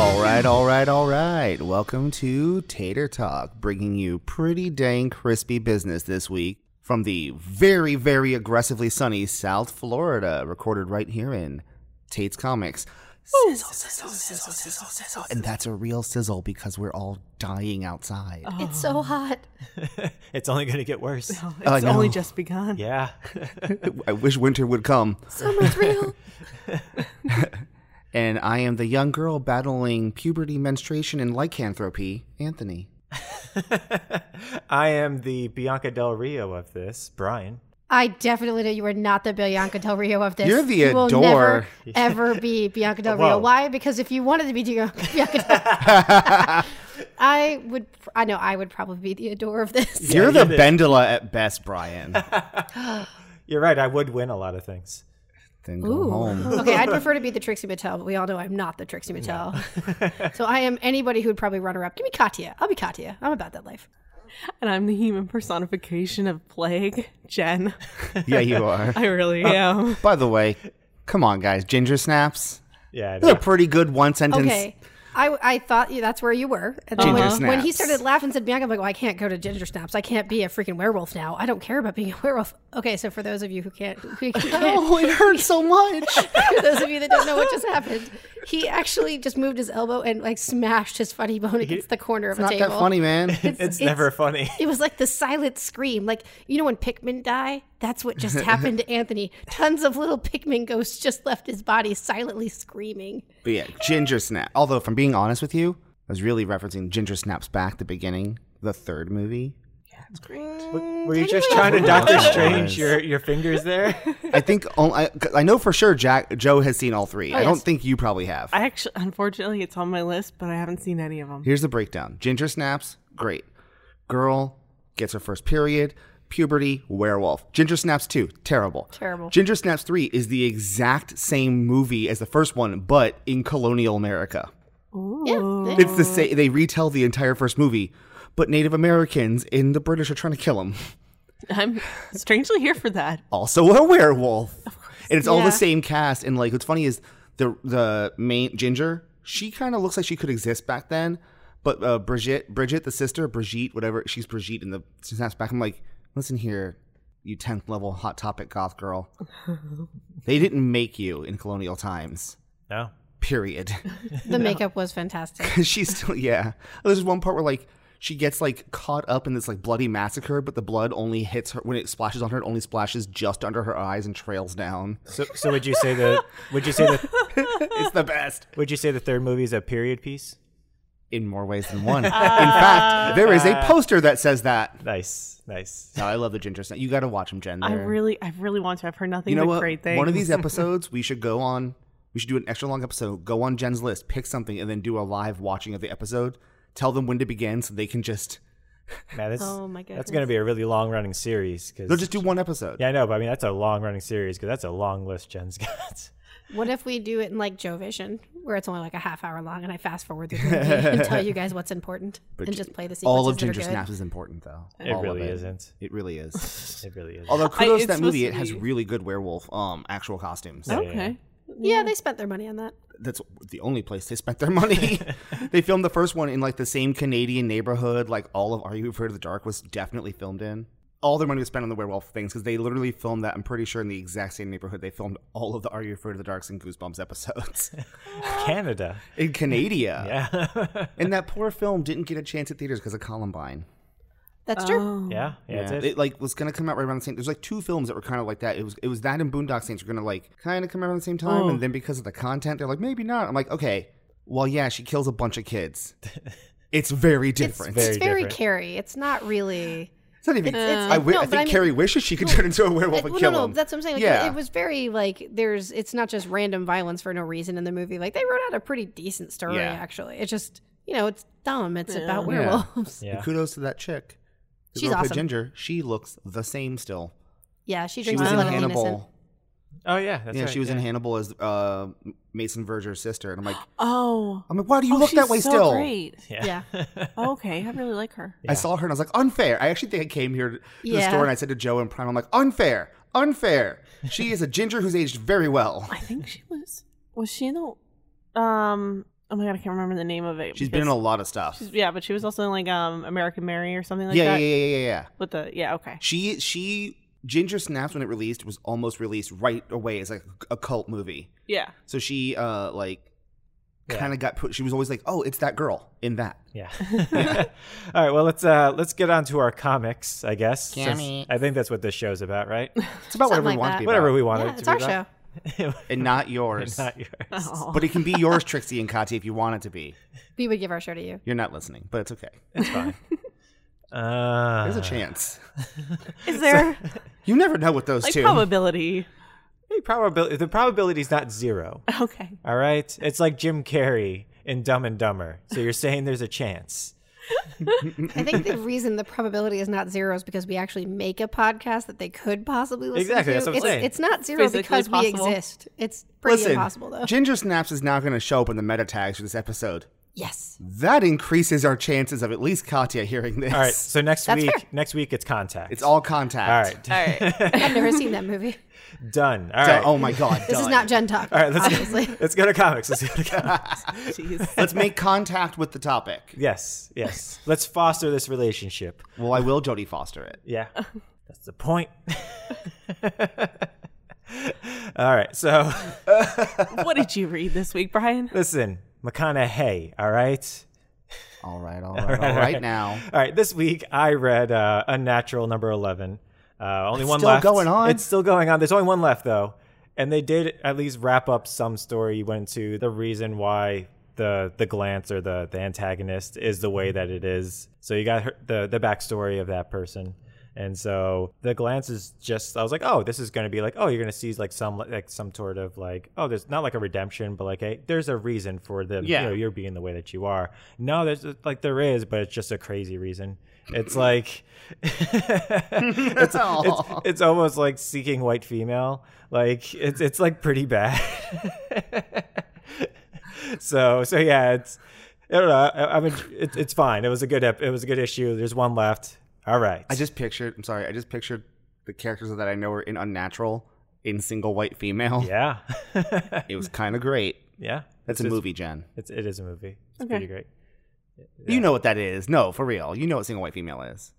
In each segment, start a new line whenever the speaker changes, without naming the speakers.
All right, all right, all right. Welcome to Tater Talk, bringing you pretty dang crispy business this week from the very, very aggressively sunny South Florida, recorded right here in Tate's Comics. Sizzle, sizzle, sizzle, sizzle, sizzle. And that's a real sizzle because we're all dying outside.
It's so hot.
It's only going to get worse.
I
It's only
know.
just begun.
Yeah.
I wish winter would come.
Summer's real.
And I am the young girl battling puberty, menstruation, and lycanthropy, Anthony.
I am the Bianca Del Rio of this, Brian.
I definitely know you are not the Bianca Del Rio of this.
You're the
you will
adore.
never ever be Bianca Del Rio.
Whoa.
Why? Because if you wanted to be Bianca, Bianca Del I would. I know I would probably be the adore of this.
You're the Bendela at best, Brian.
You're right. I would win a lot of things.
then go home.
Okay, I'd prefer to be the Trixie Mattel, but we all know I'm not the Trixie Mattel. so I am anybody who would probably run her up. Give me Katya. I'll be Katya. I'm about that life.
And I'm the human personification of plague, Jen.
Yeah, you are.
I really
Uh,
am.
By the way, come on, guys. Ginger snaps.
Yeah. I
They're
know.
pretty good one sentence.
Okay. I, I thought you- that's where you were. And then
Ginger
when, when he
snaps.
started laughing, said Bianca, I'm like, well, I can't go to Ginger Snaps. I can't be a freaking werewolf now. I don't care about being a werewolf. Okay, so for those of you who can't, who can't
Oh, it hurts so much.
for those of you that don't know what just happened, he actually just moved his elbow and like smashed his funny bone against the corner of a
Not
table.
that funny, man.
It's, never funny.
It was like the silent scream. Like, you know, when Pikmin die? That's what just happened to Anthony. Tons of little Pikmin ghosts just left his body silently screaming.
But yeah, Ginger Snap. Although, if I'm being honest with you, I was really referencing Ginger Snaps back, the beginning, the third movie.
W- Were you just trying to Doctor Strange your, your fingers there?
I think on- I, 'cause I know for sure Jack Joe has seen all three. I don't
yes.
think you probably have.
I actually, unfortunately, it's on my list, but I haven't seen any of them.
Here's the breakdown. Ginger snaps, great. Girl gets her first period. Puberty, werewolf. Ginger Snaps 2, terrible.
Terrible.
Ginger Snaps 3 is the exact same movie as the first one, but in colonial America.
Yeah.
It's the same, they retell the entire first movie, but Native Americans and the British are trying to kill them.
I'm strangely here for that.
also a werewolf. And it's all
Yeah.
the same cast. And like, what's funny is the the main Ginger. She kind of looks like she could exist back then, but uh, Bridget, Bridget, the sister, Brigitte, whatever she's Brigitte in the snaps back. I'm like, listen here, you tenth level hot topic goth girl. they didn't make you in colonial times.
No.
Period.
The makeup was fantastic.
she's still yeah. There's one part where like she gets like caught up in this like bloody massacre, but the blood only hits her when it splashes on her. It only splashes just under her eyes and trails down.
So, so would you say the would you say the
it's the best
would you say the third movie is a period piece?
in more ways than one. in
Ah.
fact, there is a poster that says that.
Nice, nice.
No, I love the ginger snap. You got to watch them, Jen.
I
They're-
really, I really want to. I've heard nothing
you know
but
what?
great things.
One of these episodes, we should go on. We should do an extra long episode. Go on Jen's list, pick something, and then do a live watching of the episode. Tell them when to begin, so they can just
Man, that's,
Oh my
That's going to be a really long running series. Cause,
they'll just do one episode.
yeah, I know, but I mean that's a long running series because that's a long list Jen's got.
What if we do it in like Joe Vision, where it's only like a half hour long, and I fast forward through the movie and tell you guys what's important, and just play the sequences
All of
that are
Ginger
good.
Snaps is important, though.
It
All of
really isn't.
It really is.
It really is.
Although kudos
it's Oh,
to that movie, it
supposed to
has
be-
really good werewolf um actual costumes.
Okay.
Yeah, they spent their money on that.
that's the only place they spent their money. they filmed the first one in like the same Canadian neighborhood. Like all of Are You Afraid of the Dark was definitely filmed in. All their money was spent on the werewolf things because they literally filmed that. I'm pretty sure in the exact same neighborhood they filmed all of the Are You Afraid of the Darks and Goosebumps episodes
Canada.
in Canada.
Yeah.
And that poor film didn't get a chance at theaters because of Columbine.
Oh.
That's true.
Yeah, yeah, that's
Yeah,
it.
it like was gonna come out right around the same. There's like two films that were kind of like that. It was it was that and Boondock Saints were gonna like kind of come out around the same time,
Oh.
and then because of the content, they're like maybe not. I'm like, okay, well, yeah, she kills a bunch of kids. It's very different. It's,
very-
it's very
different.
Carrie. It's not really.
not even.
it's-
I, wi-
Uh, no,
I
but
think
I mean-
Carrie wishes she could turn into a werewolf and
well,
kill
no, no,
him.
that's what I'm saying. Like,
Yeah.
it, it was very like there's. It's not just random violence for no reason in the movie. Like they wrote out a pretty decent story.
Yeah.
Actually, it's just you know it's dumb. It's about werewolves.
And
Yeah.
kudos to that chick. The
She's
girl who played
awesome.
Ginger. She looks the same still.
Yeah, she
She
drinks
was
a
in
lot of innocent.
Hannibal.
Oh yeah, that's
yeah,
right,
she was in Hannibal as uh, Mason Verger's sister, and I'm like,
Oh.
I'm like, why do you
Oh,
look that
she's
way
so
still?
Great.
Yeah.
Oh, okay, I really like her.
I saw her and I was like, unfair. I actually think I came here to the
Yeah.
store and I said to Joe and Prime, I'm like, unfair, unfair. She is a ginger who's aged very well.
I think she was. Was she in the? Um, Oh my god, I can't remember the name of it.
She's been in
because-
a lot of stuff.
she's- yeah, but she was also in like um American Mary or something like
yeah, yeah,
that.
yeah, yeah, yeah, yeah.
With the yeah, okay.
She she Ginger Snaps when it released was almost released right away as like a cult movie.
Yeah.
So she uh like
Yeah.
kind of got put. She was always like, oh, it's that girl in that.
Yeah. All right. Well, let's uh let's get on to our comics, I guess. since
Comics.
I think that's what this show's about, right?
It's about
Something
whatever we
like
want
that.
to be.
Whatever
about.
we wanted
Yeah,
to
it's
be
our show.
show.
and not yours.
not yours.
Oh.
but it can be yours, Trixie and Kati, if you want it to be.
We would give our show to you.
You're not listening, but it's okay.
It's fine. Uh,
There's a chance.
Is there
You never know with those
like
two.
probability?
Hey, probabil- the probability's not zero.
Okay.
All right. It's like Jim Carrey in Dumb and Dumber. So you're saying there's a chance.
I think the reason the probability is not zero is because we actually make a podcast that they could possibly listen to.
Exactly, that's what I'm
it's,
saying.
it's not zero
Physically
because
possible.
we exist. It's pretty
Listen,
impossible though.
Ginger Snaps is now going to show up in the meta tags for this episode.
yes.
That increases our chances of at least Katya hearing this.
All right. So next
That's
week,
fair.
next week it's contact.
It's all contact.
All right.
All right.
I've never seen that movie.
Done. All
So-
right.
Oh my God.
This is
done.
not Gen Talk.
all right. Let's
obviously.
go, let's go to comics. Let's go to comics.
Jeez.
Let's make contact with the topic.
yes. Yes. Let's foster this relationship.
Well, I will Jodie Foster it.
Yeah. That's the point. all right. So
what did you read this week, Brian?
listen, McConaughey. All right.
All right, all right, all right, now.
All right, this week I read uh, Unnatural number 11. Uh, only
It's
one
still
left.
going on?
It's still going on. There's only one left, though. And they did at least wrap up some story. You went into the reason why the the glance or the, the antagonist is the way that it is. So you got her, the, the backstory of that person. And so the glance is just I was like, oh, this is gonna be like, oh, you're gonna see like some like some sort of like, oh, there's not like a redemption, but like a there's a reason for them.
Yeah.
You know, you're being the way that you are. No, there's like there is, but it's just a crazy reason. It's like it's, it's
Aw.
it's almost like seeking white female. Like it's it's like pretty bad. so so yeah, it's I don't know. I, I mean, it, it's fine. It was a good ep- it was a good issue. There's one left. All right.
I just pictured, I'm sorry, I just pictured the characters that I know are in Unnatural in single white female.
yeah
It was kind of great.
yeah.
That's a
It's-
movie, Jen.
It's it is a movie. It's
Okay.
pretty great.
You know what that is. No, for real. You know what single white female is.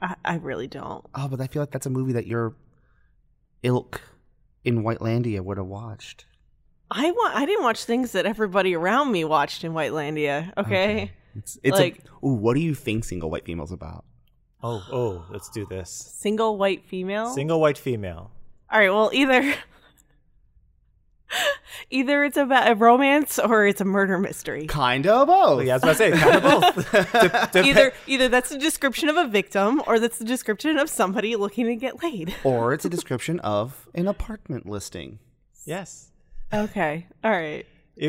I, I really don't.
Oh, but I feel like that's a movie that your ilk in Whitelandia would have watched.
I wa- I didn't watch things that everybody around me watched in Whitelandia. Okay.
It's, it's
Like-
a, ooh, what do you think single white female's about?
Oh oh, let's do this.
Single white female.
Single white female.
All right. Well, either either it's about a romance or it's a murder mystery.
Kind of both.
Yeah, I was about to say kind of both. Dep- dep-
Either either that's the description of a victim or that's the description of somebody looking to get laid.
Or it's a description of an apartment listing.
yes.
Okay. All right.
You-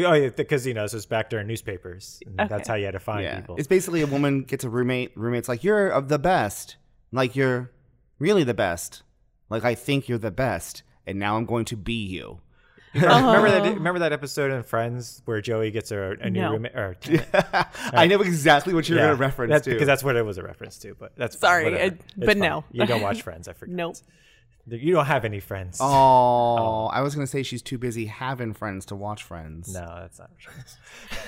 Oh, yeah, because you know this was back during newspapers. And
Okay.
That's how you had to find
yeah.
people.
It's basically a woman gets a roommate. Roommate's like, You're of the best. Like, you're really the best. Like, I think you're the best. And now I'm going to be you.
remember that?
Oh.
Remember that episode in Friends where Joey gets a, a new
No.
roommate? Or,
I know exactly what you're
Yeah,
going to reference
that's
to.
because that's what it was a reference to. But that's fine,
Sorry,
whatever.
I-
It's
but
fine.
no.
you don't watch Friends. I forgot.
Nope.
you don't have any friends.
Oh, I was gonna say she's too busy having friends to watch Friends.
No, that's not friends.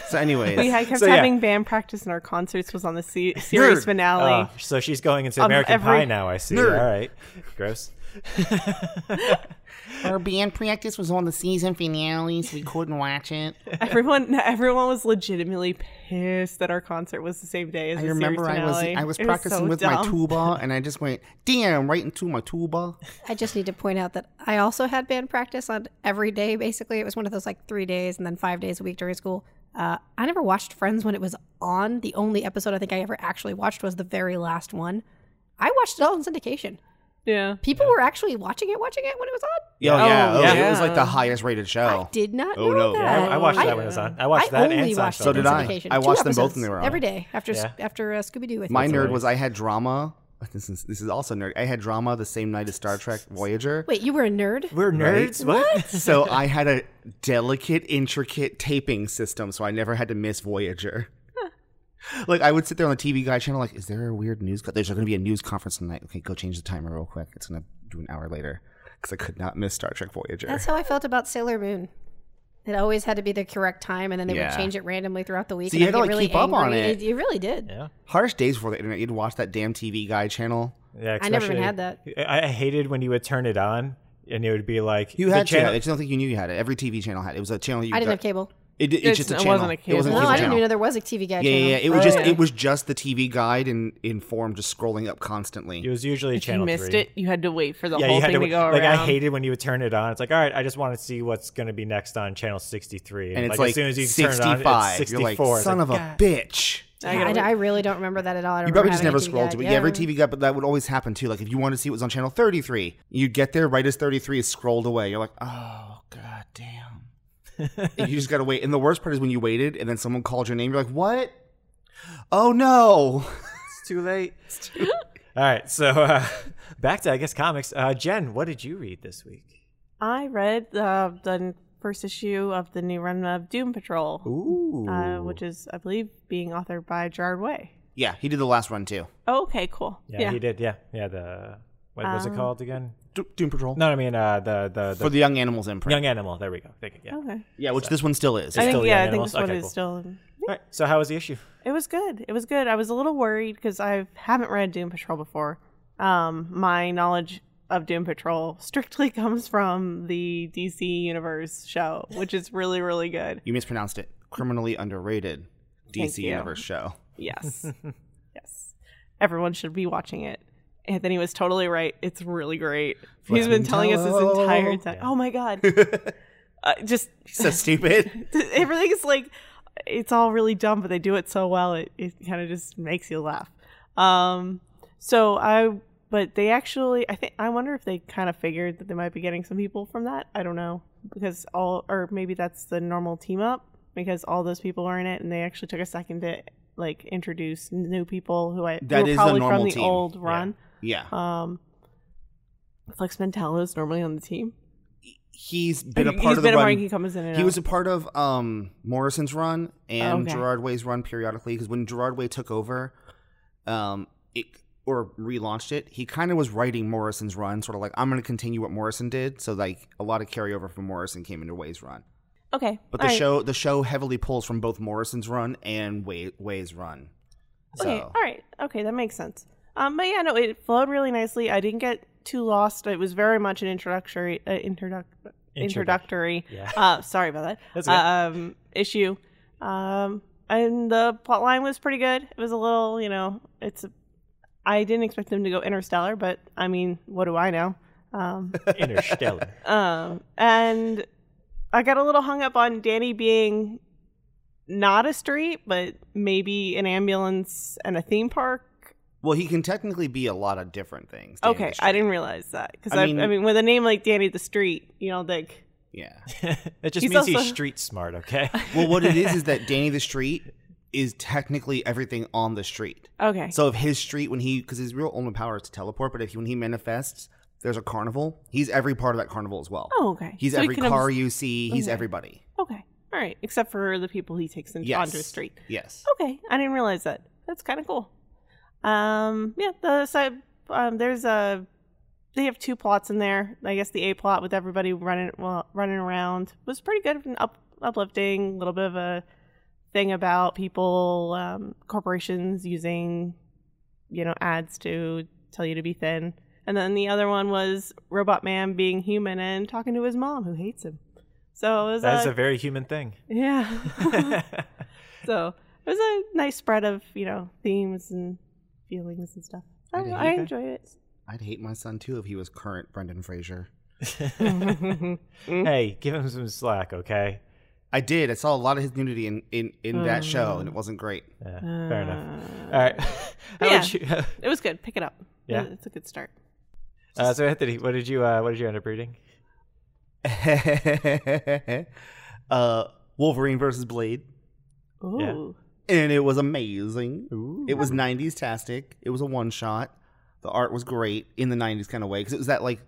So, anyways,
We had kept
So, yeah.
having band practice in our concerts was on the se- series
Nerd.
finale.
Oh, so she's going into
On
American
every-
Pie now. I see.
Nerd.
All right, gross.
our band practice was on the season finale, so we couldn't watch it.
Everyone, everyone was legitimately pissed that our concert was the same day as
I
the
remember
series
I was
finale.
I was
It
practicing
so
with my
dumb.
tuba, and I just went damn right into my tuba.
I just need to point out that I also had band practice on every day. Basically, it was one of those like three days and then five days a week during school. Uh, I never watched Friends when it was on. The only episode I think I ever actually watched was the very last one. I watched it all in syndication.
Yeah.
People were actually watching it, watching it when it was on.
Yeah, oh, yeah,
Oh,
Oh,
yeah.
it was like the highest rated show.
I did not
Oh,
know
no.
that.
Yeah,
I, I watched that when it was on. I watched
I
that
only
and
watched it
Seinfeld.
So
in
did I.
syndication.
I
Two
watched them both
episodes
when they were on.
every day after s-
Yeah.
after uh, Scooby Doo.
My
me.
nerd
hilarious.
was I had drama. This is this is also nerd. I had drama the same night as Star Trek Voyager.
Wait, you were a nerd?
We're nerds. What?
So I had a delicate, intricate taping system, so I never had to miss Voyager. like I would sit there on the TV Guide channel, like, is there a weird news? Co- There's going to be a news conference tonight. Okay, go change the timer real quick. It's going to do an hour later because I could not miss Star Trek Voyager.
That's how I felt about Sailor Moon. It always had to be the correct time, and then they
Yeah.
would change it randomly throughout the week.
So
and
you
I
had to,
would
like,
get really
keep up on
angry.
it.
You really did.
Yeah.
Hardest days before the internet, you'd watch that damn TV guide channel.
Yeah,
I never even
especially-
had that.
I I hated when you would turn it on and it would be like
You
the
had
channel-
to. I just don't think you knew you had it. Every TV channel had it. It was a channel you.
I didn't
got-
have cable.
It, it's
It's-
just a
it
channel.
wasn't a
wasn't
cable.
a
No,
cable
I didn't
channel.
even know there was a TV guide
yeah,
channel.
yeah, yeah. It was
Oh,
just
yeah.
it was just the TV guide and in form just scrolling up constantly.
It was usually
If you
channel
missed
three.
it, you had to wait for the
yeah,
whole
you had
thing to,
to,
go
like
around.
I hated when you would turn it on. It's like, all right, I just want to see what's going to be next on channel sixty three,
and it's
as soon as you turn it on, it's
65.
sixty
You're like,
four.
son of a bitch.
I
I,
gotta
I really don't remember that at all. I
You
remember
probably just
having
never
a TV
scrolled
guide.
to it.
Yeah,
Yeah,
I
every
remember.
TV guide, but that would always happen too. Like if you wanted to see what was on channel 33, you get there right as 33 is scrolled away. You're like, oh god damn. And you just gotta wait. And the worst part is when you waited and then someone called your name. You're like, what? Oh no!
it's too late. all right, so uh, back to I guess comics. Uh, Jen, what did you read this week?
I read uh, the first issue of the new run of Doom Patrol,
Ooh,
uh, which is, I believe, being authored by Gerard Way.
Yeah, he did the last run too.
Oh, okay, cool.
yeah, he did. Yeah, yeah. The what was
Um,
it called again?
Do- Doom Patrol
No, I mean uh, the the, the
for the Young Animals imprint.
young animal. There we go. Thank you. Yeah.
Okay.
yeah, which this one still is.
I
still
think,
the
yeah, I think
animals?
this one
Okay,
is
cool.
still.
All right. So how was the issue?
It was good. It was good. I was a little worried because I haven't read Doom Patrol before. Um, my knowledge of Doom Patrol strictly comes from the DC Universe show, which is really, really good.
you mispronounced it. Criminally underrated DC
you.
Universe show.
Yes. yes. Everyone should be watching it. Anthony was totally right. It's really great. He's been telling us this entire time. Oh my god. uh, just
So stupid.
everything's like it's all really dumb, but they do it so well it, it kind of just makes you laugh. Um so I but they actually I think I wonder if they kind of figured that they might be getting some people from that. I don't know. Because all or maybe that's the normal team up because all those people are in it and they actually took a second to like introduce new people who I who
That
were
is the
probably
normal
from the
team.
old run.
Yeah.
Um Flex Mentello is normally on the team.
he's been a
He's
part of the
been a part-
run.
he comes in and
He
out.
was a part of um, Morrison's run and
Okay.
Gerard Way's run periodically because when Gerard Way took over, um, it or relaunched it, he kind of was writing Morrison's run, sort of like I'm going to continue what Morrison did. So like a lot of carryover from Morrison came into Way's run,
Okay.
but the
all right.
show the show heavily pulls from both Morrison's run and Way, Way's run.
Okay,
So
all right. Okay, that makes sense. Um, but yeah, no, it flowed really nicely. I didn't get too lost. It was very much an introductory, uh, introduc- introductory.
Yeah.
Uh, sorry about that.
That's okay.
um, issue. Um, and the plot line was pretty good. It was a little, you know, it's. I didn't expect them to go interstellar, but I mean, what do I know? Um,
Interstellar.
um, and I got a little hung up on Danny being not a street, but maybe an ambulance and a theme park.
well, he can technically be a lot of different things. Danny
Okay,
the
I
Street.
didn't realize that because
I
I, I,
mean-
mean, with a name like Danny the Street, you know, like
Yeah.
that just
He's
means he's
also-
street smart. Okay.
Well, what it is is that Danny the Street is technically everything on the street.
okay,
So if his street, when he, because his real only power is to teleport, but if he, when he manifests, there's a carnival. He's every part of that carnival as well.
oh okay,
he's
So he
every
can obs-
car you see. He's
Okay.
everybody.
okay, all right, except for the people he takes in,
Yes.
onto the street.
Yes.
Okay, I didn't realize that. That's kind of cool. Um, yeah, the side um, there's a they have two plots in there. I guess the A plot with everybody running well, running around was pretty good and up, uplifting. A little bit of a thing about people um, corporations using you know ads to tell you to be thin. And then the other one was Robot Man being human and talking to his mom who hates him. So it was
That is
a-
a very human thing.
yeah. So it was a nice spread of you know themes and feelings and stuff. I, don't know, I
Okay.
enjoy it.
I'd hate my son too if he was current Brendan Fraser.
hey, give him some slack, okay?
I did. I saw a lot of his nudity in in, in
Oh.
that show, and it wasn't great.
Yeah, fair enough. All right. How
Uh, yeah.
would you,
It was good. Pick it up.
Yeah.
it's a good start.
uh, so Anthony, what did you uh, what did you end up reading?
uh, Wolverine versus Blade,
Ooh,
Yeah.
and it was amazing.
Ooh.
It was 90s tastic. It was a one shot. The art was great in the 90s kind of way because it was that like,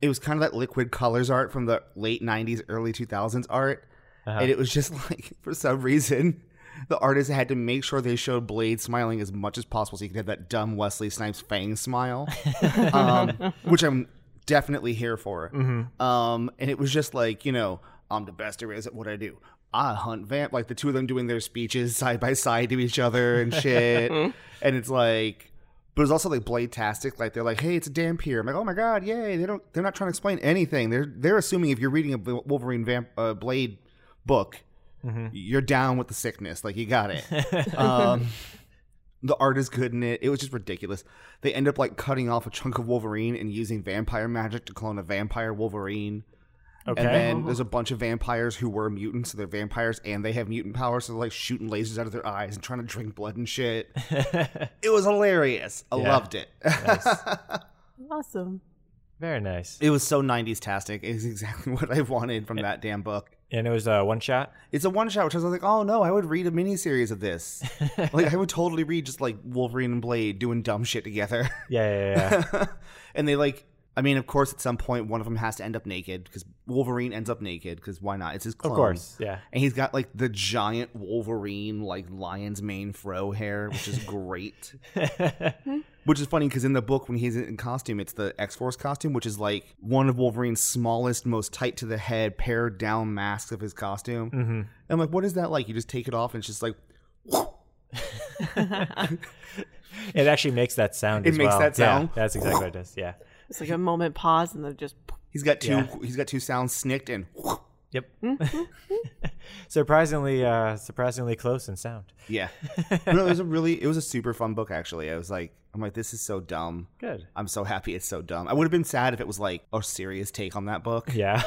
it was kind of that liquid colors art from the late 90s, early 2000s art.
Uh-huh.
And it was just like, for some reason, the artist had to make sure they showed Blade smiling as much as possible so he could have that dumb Wesley Snipes fang smile,
Mm-hmm,
um, which I'm definitely here for. Um, and it was just like, you know, I'm the best there is at what I do. I hunt vamp. Like the two of them doing their speeches side by side to each other and shit.
Mhm.
and it's like, but it's also like blade tastic. Like they're like, hey, it's a dampier. I'm like, oh my god, yay! They don't. They're not trying to explain anything. They're they're assuming if you're reading a Vol- Wolverine vamp uh, blade book,
Mhm.
you're down with the sickness. Like you got it. um, the art is good in it. It was just ridiculous. They end up like cutting off a chunk of Wolverine and using vampire magic to clone a vampire Wolverine.
okay.
And then there's a bunch of vampires who were mutants, so they're vampires and they have mutant powers, so they're like shooting lasers out of their eyes and trying to drink blood and shit. It was hilarious. I
Yeah.
loved it.
Awesome.
Very nice.
it was so 90s tastic. It's exactly what I wanted
Eh.
from that damn book.
And it was uh, one shot.
It's a one shot, which I was like, oh no, I would read a miniseries of this. like, I would totally read just like Wolverine and Blade doing dumb shit together.
Yeah, yeah, yeah.
and they like, I mean, of course, at some point, one of them has to end up naked because Wolverine ends up naked because why not? It's his clone.
of course. Yeah.
And he's got like the giant Wolverine, like lion's mane fro hair, which is great. which is funny because in the book, when he's in costume, it's the X Force costume, which is like one of Wolverine's smallest, most tight to the head, pared down masks of his costume.
hmm
I'm like, what is that like? You just take it off and it's just like,
It actually makes that sound.
It
as
makes
well.
that
Yeah,
sound.
that's exactly what it does. Yeah.
It's like a moment pause and then just.
he's got two,
Yeah.
he's got two sounds snicked and
Yep.
Mm-hmm.
surprisingly, uh, surprisingly close in sound.
yeah. no, it was a really, it was a super fun book actually. I was like, I'm like, this is so dumb.
Good.
I'm so happy it's so dumb. I would have been sad if it was like a serious take on that book.
Yeah.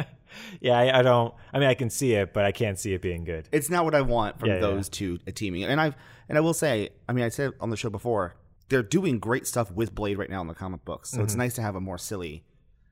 yeah. I, I don't. I mean, I can see it, but I can't see it being good.
It's not what I want from
Yeah, yeah,
those two teaming. And I've and I will say, I mean, I said on the show before, they're doing great stuff with Blade right now in the comic books. So it's nice to have a more silly,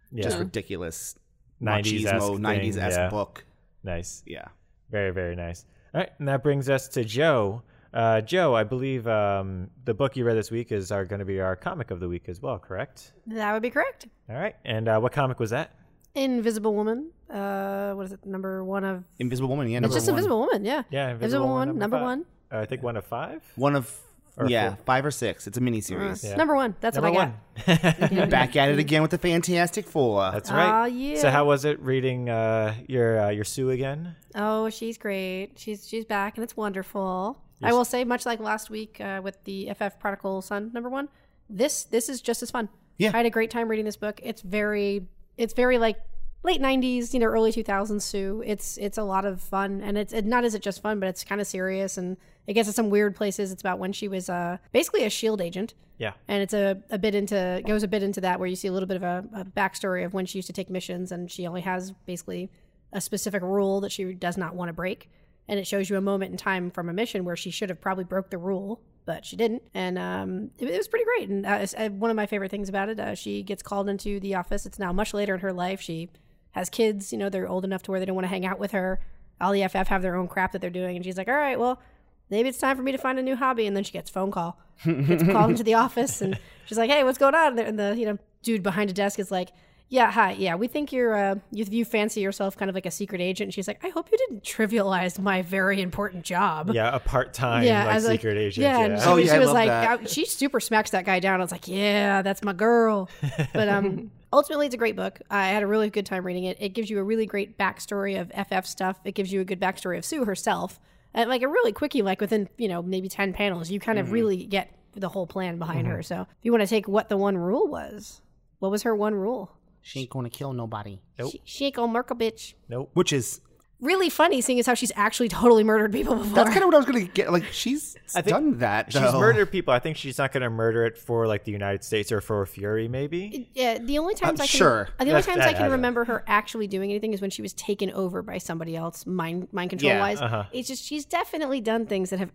Mm-hmm. Yeah.
just ridiculous,
90s-esque
machismo,
thing,
90s esque
yeah.
book.
nice.
Yeah.
Very, very nice. All right. And that brings us to Joe. Uh, Joe, I believe um, the book you read this week is are going to be our comic of the week as well, correct?
That would be correct.
All right. And uh, what comic was that?
Invisible Woman. Uh, what is it? Number one of.
Invisible Woman, yeah.
It's
number
just
one.
Invisible Woman. Yeah.
Yeah,
Invisible, Woman. number
five.
one.
Uh, I think one of five.
One of
Or
yeah,
four.
five or six. It's a miniseries.
Yeah.
Number one. That's
number
what I
one.
got.
Back at it again with the Fantastic Four.
That's right.
Aw, Ah, yeah.
So how was it reading uh, your uh, your Sue again?
Oh, she's great. She's she's back, and it's wonderful. I will say, much like last week uh, with the FF Prodigal Son number one, this this is just as fun.
Yeah.
I had a great time reading this book. It's very it's very like late '90s, you know, early 2000s Sue. It's it's a lot of fun, and it's it, not is it just fun, but it's kind of serious, and it gets at some weird places. It's about when she was uh, basically a shield agent
Yeah.
and it's a, a bit into it goes a bit into that where you see a little bit of a, a backstory of when she used to take missions and she only has basically a specific rule that she does not want to break and it shows you a moment in time from a mission where she should have probably broke the rule but she didn't and um, it, it was pretty great and uh, it's, uh, one of my favorite things about it uh, she gets called into the office it's now much later in her life she has kids you know they're old enough to where they don't want to hang out with her all the ff have their own crap that they're doing and she's like all right well maybe it's time for me to find a new hobby and then she gets a phone call gets called into the office and she's like hey what's going on and the you know dude behind a desk is like yeah hi yeah we think you're uh you, you fancy yourself kind of like a secret agent and she's like i hope you didn't trivialize my very important job
Yeah, a part time like
as
secret agent.
Yeah, and she,
Oh,
was-
yeah,
she
I
was
love
like,
that.
I- she super smacks that guy down. I was like, yeah, that's my girl. But um, ultimately, it's a great book. I had a really good time reading it. It gives you a really great backstory of FF stuff. It gives you a good backstory of Sue herself, and like a really quickie, like within you know maybe ten panels, you kind of
Mm-hmm.
really get the whole plan behind her. So if you want to take what the one rule was, what was her one rule?
She ain't gonna kill nobody.
Nope.
She, she ain't gonna murk a bitch.
Nope.
Which is
Really funny, seeing as how she's actually totally murdered people before.
that's kind of what I was gonna get. Like she's
I think
done that.
She's
though.
murdered people. I think she's not going to murder it for like the United States or for Fury, maybe.
Yeah, the only times I can,
sure.
the only
That's-
times
that-
I
I
can
don't-
remember her actually doing anything is when she was taken over by somebody else, mind mind control
Yeah,
wise.
uh-huh.
It's just she's definitely done things that have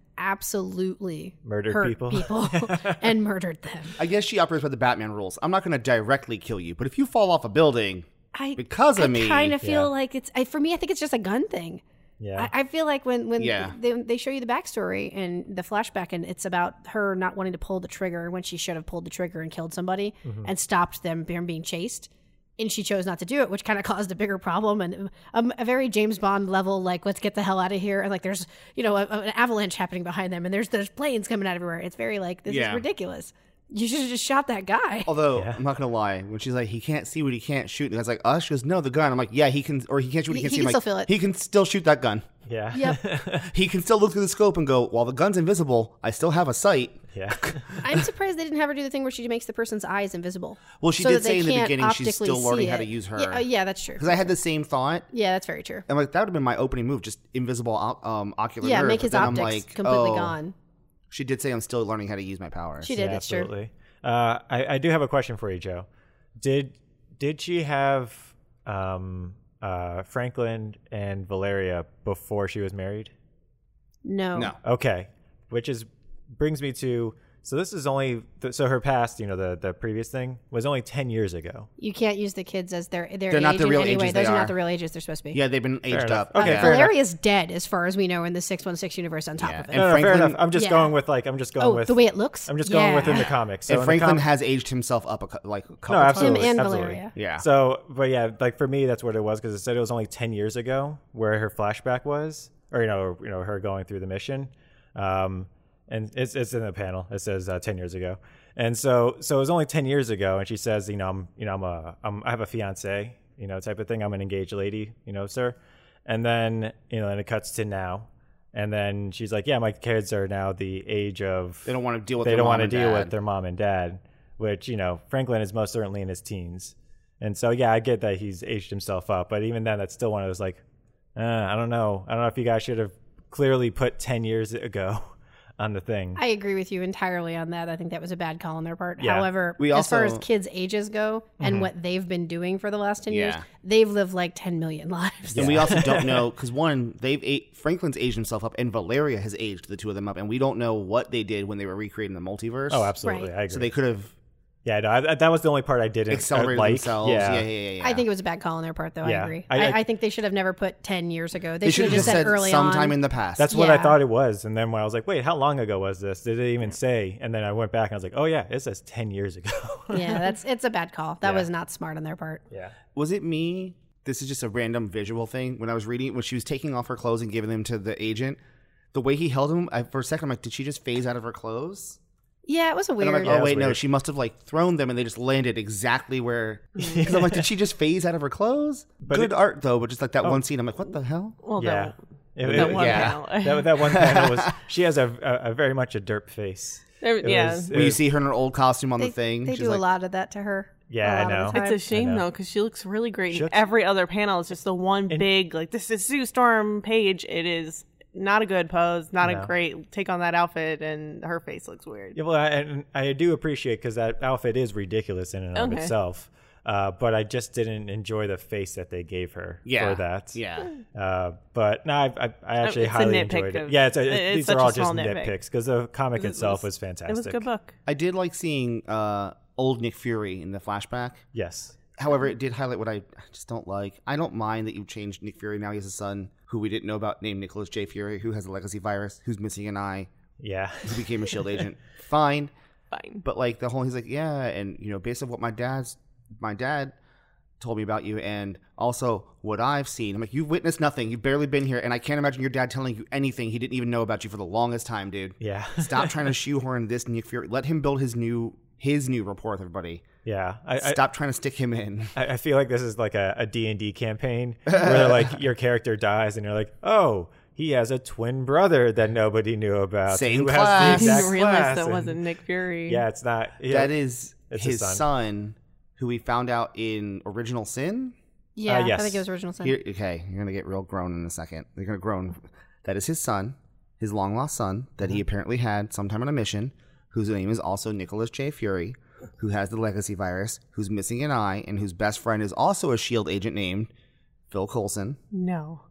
absolutely
Murdered
hurt
people.
and murdered them.
I guess she operates by the Batman rules. I'm not going to directly kill you, but if you fall off a building,
I
Because of
I
me.
kind of feel
Yeah.
like it's I, for me. I think it's just a gun thing.
Yeah.
I, I feel like when when
Yeah.
they, they show you the backstory and the flashback, and it's about her not wanting to pull the trigger when she should have pulled the trigger and killed somebody
Mm-hmm.
and stopped them from being chased, and she chose not to do it, which kind of caused a bigger problem and um, a very James Bond level like let's get the hell out of here and like there's you know a, an avalanche happening behind them and there's there's planes coming out everywhere. It's very like this
Yeah. Oh.
is ridiculous. You should have just shot that guy.
Although
Yeah.
I'm not gonna lie, when she's like, he can't see what he can't shoot, and I was like, "Us?" She goes, "No, the gun." I'm like, "Yeah, he can, or he can't shoot what he
He-
can't see."
he
I'm
can
like,
still feel it.
He can still shoot that gun.
Yeah.
He can still look through the scope and go, "While the gun's invisible, I still have a sight."
yeah.
I'm surprised they didn't have her do the thing where she makes the person's eyes invisible.
Well, she
so
did
that they
say in the
can't
beginning she's
optically
still learning
see
how to
it.
use her.
Yeah, uh, yeah, that's true.
Because I had the same thought.
Yeah, that's very true.
I'm like, that would have been my opening move, just invisible op- um, ocular
yeah,
nerve.
make
But
his
then
optics
I'm like,
completely
oh,
gone.
She did say I'm still learning how to use my powers.
She did.
Yeah,
That's true.
absolutely. Uh, I, I do have a question for you, Joe. Did did she have um, uh, Franklin and Valeria before she was married?
No.
No.
Okay, which is brings me to so this is only th- so her past, you know, the the previous thing was only ten years ago.
You can't use the kids as their their
They're
age
not the real
anyway.
ages they
Those are.
are.
not the real ages they're supposed to be.
Yeah, they've been aged
enough.
up.
Okay,
yeah.
fair enough.
Valeria's dead as far as we know in the 616 universe on top
Yeah,
of it.
And
No, no, fair
Franklin-
enough. I'm just
Yeah.
going with like I'm just going
oh,
with
the way it looks?
I'm just going
Yeah.
within the comics. So
and
in the
Franklin
com-
has aged himself up a, cou- like a couple
no,
Him
absolutely,
and
absolutely.
Valeria.
Yeah.
So, but yeah, like for me, that's what it was because it said it was only ten years ago where her flashback was, or you know, you know, her going through the mission. Um, and it's it's in the panel. It says uh, ten years ago, and so so it was only ten years ago. And she says, you know, I'm you know I'm a I'm, I have a fiance, you know, type of thing. I'm an engaged lady, you know, sir. And then you know, and it cuts to now, and then she's like, yeah, my kids are now the age of
they don't want to deal with.
they
their
don't
mom
want to
and
deal
dad.
with their mom and dad, which you know Franklin is most certainly in his teens, and so yeah, I get that he's aged himself up, but even then, that's still one of those like, uh, I don't know, I don't know if you guys should have clearly put ten years ago on the thing.
I agree with you entirely on that. I think that was a bad call on their part.
Yeah. Mm-hmm.
However,
We
as far
also-
as kids' ages go and what they've been doing for the last 10 years,
Yeah.
they've lived like 10 million lives.
And we also don't know because one, they've a- Franklin's aged himself up, and Valeria has aged the two of them up, and we don't know what they did when they were recreating the multiverse.
oh, absolutely, I agree.
So they could have
yeah, no, I, that was the only part I didn't uh,
accelerated
like.
themselves. Yeah. yeah, yeah, yeah,
I think it was a bad call on their part, though.
Yeah.
I agree.
I-
I,
I-
I, think they should have never put 10 years ago. They,
they
should have just said, early
sometime
on.
in the past.
That's what I
Yeah.
thought it was, and then when I was like, "Wait, how long ago was this?" Did it even say? And then I went back and I was like, "Oh yeah, it says ten years ago."
yeah, that's it's a bad call. That
Yeah.
was not smart on their part.
yeah,
was it me? This is just a random visual thing. When I was reading, when she was taking off her clothes and giving them to the agent, the way he held them, I, for a second, I'm like, did she just phase out of her clothes?
Yeah, it was a
And
weird.
I'm like,
Yeah,
oh
that's
wait, no,
weird.
she must have like thrown them, and they just landed exactly where. Because I'm like, did she just phase out of her clothes? Good
it- Oh.
art though, but just like that one scene, I'm like, what the hell?
Well,
yeah.
yeah.
It-
that
it-
one
yeah.
panel.
that, that one panel was she has a, a, a very much a derp face.
There-
It
yeah.
was- uh, it
When you
was-
see her in her old costume on
they,
the thing,
They
she's
do
like,
a lot of that to her. a lot
Yeah, I
of the
know.
time.
It's a shame
know.
though, because she looks really great
She
in
looks-
every other panel. It's just the one
And-
big like this is Sue Storm page. It is not a good pose, not
No.
a great take on that outfit, and her face looks weird.
Yeah, well, I, and I do appreciate because that outfit is ridiculous in and of
Okay.
itself. Uh, but I just didn't enjoy the face that they gave her
yeah,
for that.
yeah.
Uh, but no, I, I, I actually
Oh, it's a
highly
nitpick
enjoyed it.
of-
Yeah, it's a,
it- it's
these
such
are
a
all just
small nitpick.
nitpicks because the comic
It
itself was,
was-
fantastic.
It was a good book.
I did like seeing uh, old Nick Fury in the flashback.
Yes.
However, it did highlight what I just don't like. I don't mind that you've changed Nick Fury. Now he has a son who we didn't know about named Nicholas J. Fury, who has a legacy virus, who's missing an eye,
Yeah.
who became a SHIELD agent. Fine.
Fine.
But like the whole, he's like, yeah, and you know, based on what my dad's, my dad told me about you, and also what I've seen. I'm like, you've witnessed nothing. You've barely been here, and I can't imagine your dad telling you anything he didn't even know about you for the longest time, dude.
Yeah.
Stop trying to shoehorn this Nick Fury. Let him build his new his new rapport with everybody.
yeah. I, I,
Stop trying to stick him in.
I, I feel like this is like a, a D&D campaign where they're like your character dies and you're like, oh, he has a twin brother that nobody knew about.
Same
who
I
class.
Has the exact
didn't realize
class
that
and-
wasn't Nick Fury.
Yeah, it's not. Yeah,
That is
It's his
his
son.
son. who we found out in Original Sin.
Yeah,
yes.
I think it was original sin.
Uh, Here, okay, you're gonna get real grown in a second. You're gonna groan. That is his son, his long lost son that
Uh-huh.
he apparently had sometime on a mission, whose name is also Nicholas J. Fury, who has the legacy virus, who's missing an eye, and whose best friend is also a Shield E agent named Phil Coulson.
No.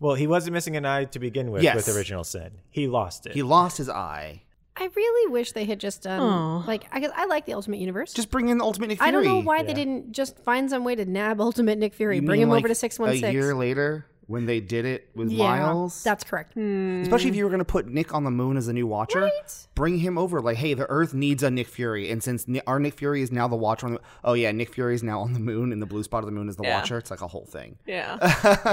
Well, he wasn't missing an eye to begin with
Yes.
with original sin. He lost it.
He lost his eye.
I really wish they had just done
Aw.
like I guess I like the Ultimate Universe.
Just bring in the Ultimate Nick Fury.
I don't know why
Yeah.
they didn't just find some way to nab Ultimate Nick Fury,
You
bring
mean,
him
like,
over to six one
A year
six.
later, when they did it with Miles,
that's correct.
Hmm.
especially
Mm.
if you were going to put Nick on the moon as a new Watcher, bring him over. Like, hey, the Earth needs a Nick Fury, and since Ni- our Nick Fury is now the Watcher, on the, oh yeah, Nick Fury is now on the moon, and the blue spot of the moon is the
Yeah.
Watcher. It's like a whole thing.
Yeah. Oh,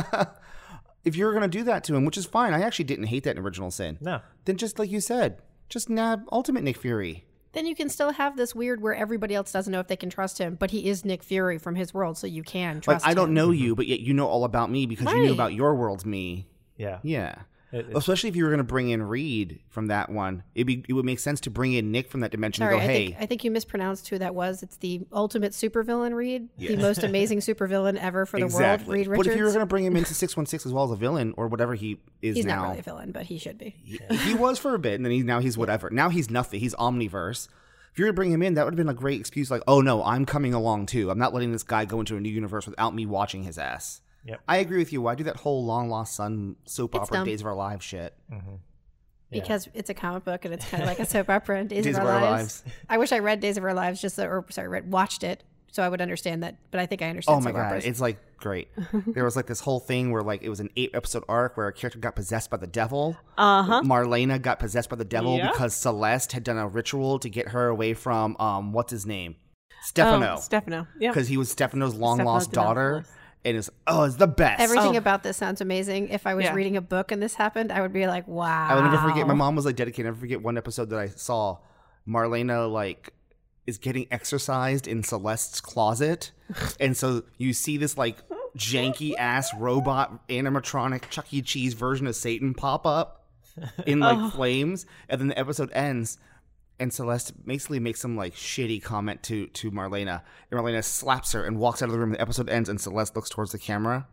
if you were going to do that to him, which is fine, I actually didn't hate that in Original Sin.
no.
Then just like you said, just nab Ultimate Nick Fury.
Then you can still have this weird where everybody else doesn't know if they can trust him, but he is Nick Fury from his world, so you can trust
like I don't
him. Mm-hmm.
know you, but yet you know all about me because you knew
Right.
about your world's me.
Yeah.
Yeah.
It- it's-
Especially if you were going to bring in Reed from that one, it'd be, it would make sense to bring in Nick from that dimension
Sorry,
and go,
I
hey,
think I think you mispronounced who that was. It's the ultimate supervillain Reed, the most amazing supervillain ever for the world, Reed Richards.
But if you were going to bring him into 616 as well as a villain or whatever he is
He's
now,
not really a villain, but he should be.
he, he was for a bit, and then he, now he's whatever. Now he's nothing. He's omniverse. If you were to bring him in, that would have been a great excuse. Like, oh no, I'm coming along too. I'm not letting this guy go into a new universe without me watching his ass.
Yep.
I agree with you. Why do that whole long lost son soap
It's
opera
dumb.
Days of Our Lives shit?
mhm. Yeah.
Because it's a comic book and it's kind of like a soap opera and Days, of Our, Lives. I wish I read Days of Our Lives just so, or sorry, read, watched it so I would understand that. But I think I understand.
Oh my
soap
god,
operas.
it's like great. there was like this whole thing where like it was an eight episode arc where a character got possessed by the devil.
Uh
Uh-huh.
huh.
Marlena got possessed by the devil
Yeah.
because Celeste had done a ritual to get her away from um what's his name? Stefano.
Stefano. Yeah.
Because he was Oh, Stefano's long
Stefano
lost daughter.
Dinopoulos.
And it's oh, it's the best.
Everything
Oh.
about this sounds amazing. If I was
Yeah.
reading a book and this happened, I would be like, wow.
I will never forget. My mom was like dedicated. I'll never forget one episode that I saw. Marlena like is getting exercised in Celeste's closet, and so you see this like janky ass robot animatronic Chuck E. Cheese version of Satan pop up in like flames, and then the episode ends. And Celeste basically makes some like shitty comment to to Marlena, and Marlena slaps her and walks out of the room. The episode ends, and Celeste looks towards the camera,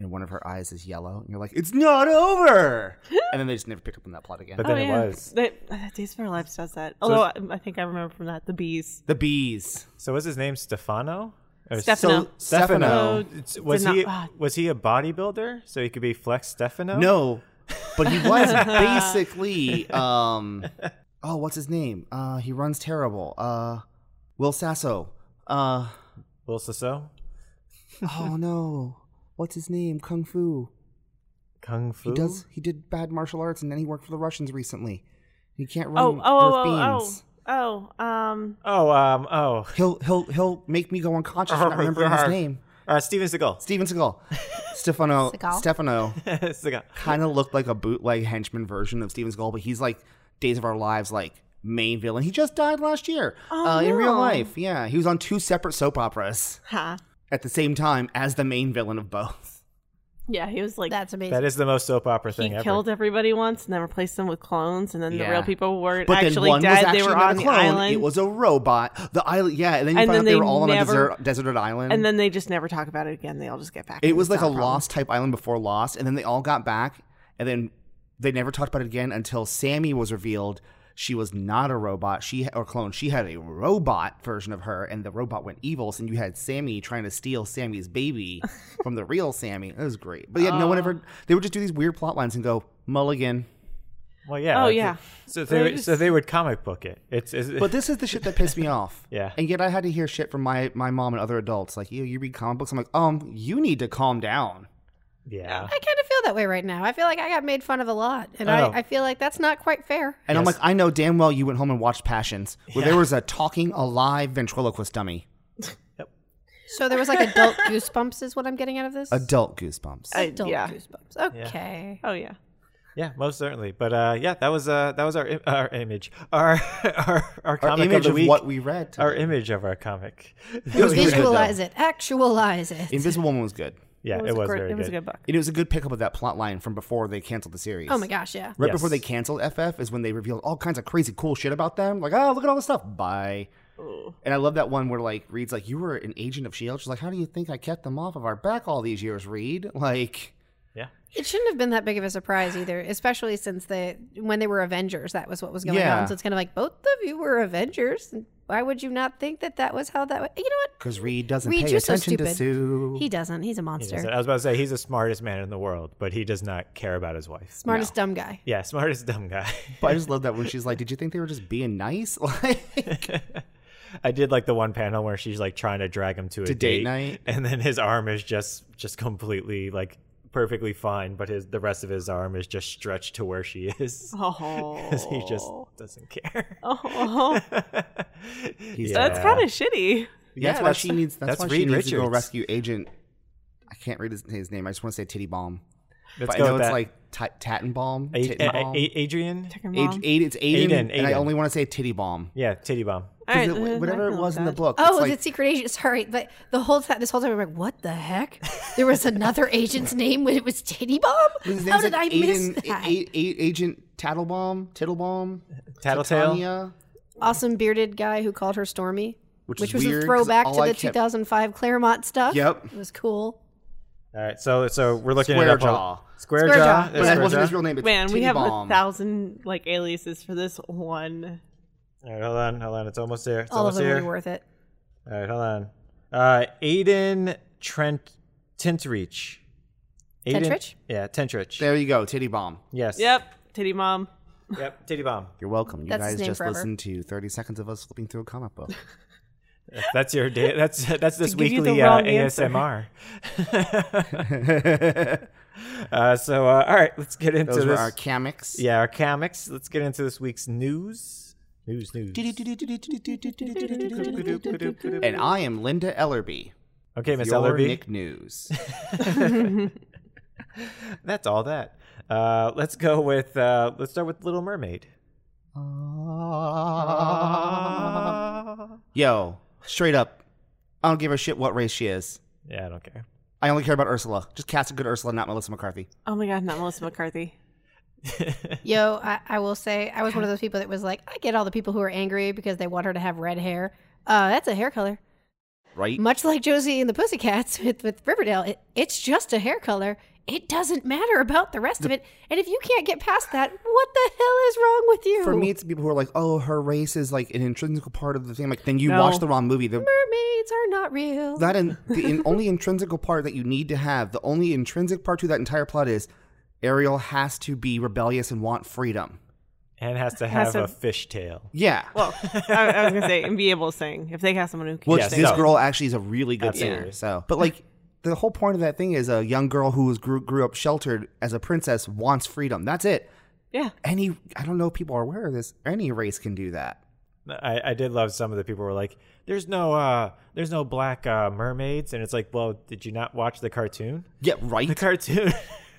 and one of her eyes is yellow, and you're like, "It's not over." and then they just never picked up on that plot again.
But then it was.
Oh, That, that Days of Our Lives does that. Although I, I think I remember from that the bees.
the bees,
So was his name Stefano? Or
Stefano.
so Stefano,
Oh,
S- was
Did
he
not-
was he a bodybuilder so he could be Flex Stefano?
no, but he was basically, um, oh, what's his name? Uh, he runs terrible. Uh, Will Sasso. Uh,
Will Sasso?
oh no, what's his name? Kung Fu.
Kung Fu.
He does. He did bad martial arts, and then he worked for the Russians recently. He can't run
Oh, oh, oh,
with
oh,
beans.
oh, oh. Um,
Oh, um, oh,
He'll he'll he'll make me go unconscious
Oh
for not remembering his name.
uh, Steven Seagal.
Steven Seagal. Stefano
Seagal?
Stefano
Seagal.
kind of looked like a bootleg henchman version of Steven Seagal, but he's like Days of Our Lives like main villain. He just died last year uh, in real
Oh, no.
life. Yeah, he was on two separate soap operas
ha.
at the same time as the main villain of both.
Yeah, he was like
That's amazing.
That is the most soap opera
he
thing ever.
killed everybody once and then replaced them with clones, and then
Yeah.
the real people were
But
actually
then one
dead.
was actually
they were
not
on
a
the
clone.
island,
It was a robot. The island. Yeah, and then you
And
find
then
out they
they
were all on a
never-
desert, deserted island.
and then they just never talk about it again. They all just get back.
It
and
was
it's
like a
not problem.
Lost type island before Lost, and then they all got back, and then they never talked about it again until Sammy was revealed. She was not a robot. She or clone. She had a robot version of her, and the robot went evil. And you had Sammy trying to steal Sammy's baby from the real Sammy. It was great, but yeah, no
Oh.
one ever. They would just do these weird plot lines and go Mulligan.
Well, yeah.
Oh,
that's-
yeah.
So they
They
would,
just-
so they would comic book it. It's, it's
But this is the shit that pissed me off.
Yeah.
and yet I had to hear shit from my my mom and other adults like, "You you read comic books?" I'm like, "Um, you need to calm down."
yeah.
I kind of feel that way right now. I feel like I got made fun of a lot, and
Oh.
I, I feel like that's not quite fair.
And I'm like, I know damn well you went home and watched Passions, where there was a talking, alive ventriloquist dummy.
So there was like adult goosebumps, is what I'm getting out of this.
Adult goosebumps.
I-
adult
yeah.
goosebumps. Okay.
Oh yeah.
Yeah, most certainly. But uh, yeah, that was uh, that was our im- our image, our our our comic
image
of the
of
week,
what we read.
our image of our comic.
It was really good, though.
Visualize it. Actualize it.
Invisible Woman was good.
Yeah, it was,
a great-
very
it was
good.
a good book.
It was a good pickup of that plot line from before they canceled the series.
oh my gosh, yeah.
Right
Yes.
before they canceled FF is when they revealed all kinds of crazy cool shit about them. Like, oh, look at all this stuff. Bye. And I love that one where like Reed's like, "You were an agent of Shield." She's like, "How do you think I kept them off of our back all these years, Reed?" Like,
Yeah,
It shouldn't have been that big of a surprise either, especially since they when they were Avengers, that was what was going
Yeah.
on. So it's kind of like both of you were Avengers. Why would you not think that that was how that? wa- You know what?
because Reed doesn't
Reed,
pay
you're so
attention to
stupid.
Sue.
He doesn't. He's a monster.
I was about to say he's the smartest man in the world, but he does not care about his wife.
Smartest dumb guy.
Yeah, smartest dumb guy.
But I just love that when she's like, "Did you think they were just being nice?" Like,
I did like the one panel where she's like trying to drag him to a
To date night?
and then his arm is just just completely like perfectly fine, but his the rest of his arm is just stretched to where she is.
Oh,
'Cause he just doesn't care.
Oh,
He's-
that's kind of shitty.
that's why she needs. That's,
that's
why she
Reed
needs to go
Richards.
rescue Agent. I can't read his, his name. I just want to say Titty Bomb.
Let's
but I
go
know
with
it's
that.
like t- Tattenbaum?
A- a-
Tittenbaum?
a- Adrian.
Check your
Ad-
mom.
Aid- it's Aiden, and
Aiden,
I
Aiden.
only want to say titty bomb.
Yeah, titty bomb.
All right,
'Cause it-
uh,
whatever
I
it
know
was in the
that.
book.
Oh,
it's
was
like,
it Secret Agent? Sorry, but the whole time, this whole time, I'm like, what the heck? There was another agent's name when it was Titty Bomb.
his
How
name's
did I
like
miss
Aiden-
that?
A- A- Agent Tattlebomb, Tittlebaum,
Tattletale.
Titania,
Awesome bearded guy who called her Stormy,
which,
which
is
was
weird,
a
'cause
throwback to
all
the
I kept-
2005 Claremont stuff.
Yep.
it was cool.
All right, so so we're looking
Square
at
jaw.
Square,
Square jaw.
jaw. yeah,
But that
square
wasn't
jaw.
his real name. It's
Man, we
titty
have a
bomb.
thousand like aliases for this one.
All right, hold on, hold on. It's almost there. It's
All of
almost
them
here.
were worth it.
All right, hold on. Uh, Aiden Trent Tintreach.
Tentrich?
Yeah, Tentrich.
There you go, titty bomb.
Yes.
Yep, titty mom.
Yep. Titty bomb.
You're welcome. You
That's his
guys
name
just
forever.
listened to 30 seconds of us flipping through a comic book.
That's your day. That's that's this
give you the
weekly uh,
wrong answer.
ASMR. uh, so uh, all right, let's get into
Those were
this.
our comics.
yeah, our comics. Let's get into this week's news. News, news.
And I am Linda Ellerby.
Okay, Miss
your
Ellerby.
Nick News.
That's all that. Uh, let's go with. Uh, let's start with Little Mermaid.
Yo, straight up, I don't give a shit what race she is.
Yeah, I don't care.
I only care about Ursula. Just cast a good Ursula, not Melissa McCarthy.
Oh my god, not Melissa McCarthy.
Yo, I, I will say, I was one of those people that was like, I get all the people who are angry because they want her to have red hair. Uh, that's a hair color.
Right?
Much like Josie and the Pussycats with, with Riverdale, it, it's just a hair color. It doesn't matter about the rest of it. And if you can't get past that, what the hell is wrong with you?
For me, it's people who are like, oh, her race is like an intrinsical part of the thing. Like, then you
No.
watch the wrong movie. The,
mermaids are not real.
that in, the in, only intrinsical part that you need to have, the only intrinsic part to that entire plot is Ariel has to be rebellious and want freedom.
And has to have
Has
a
to-
fish tail.
Yeah.
Well, I, I was gonna say and be able to sing if they have someone who can
Which
Yes,
this
sing.
no.
girl actually is a really good singer.
Absolutely.
So, but like the whole point of that thing is a young girl who was grew, grew up sheltered as a princess wants freedom. That's it.
Yeah,
Any, I don't know if people are aware of this. Any race can do that.
I, I did love some of the people were like, "There's no, uh, there's no black uh, mermaids," and it's like, "Well, did you not watch the cartoon?
Yeah, right.
The cartoon."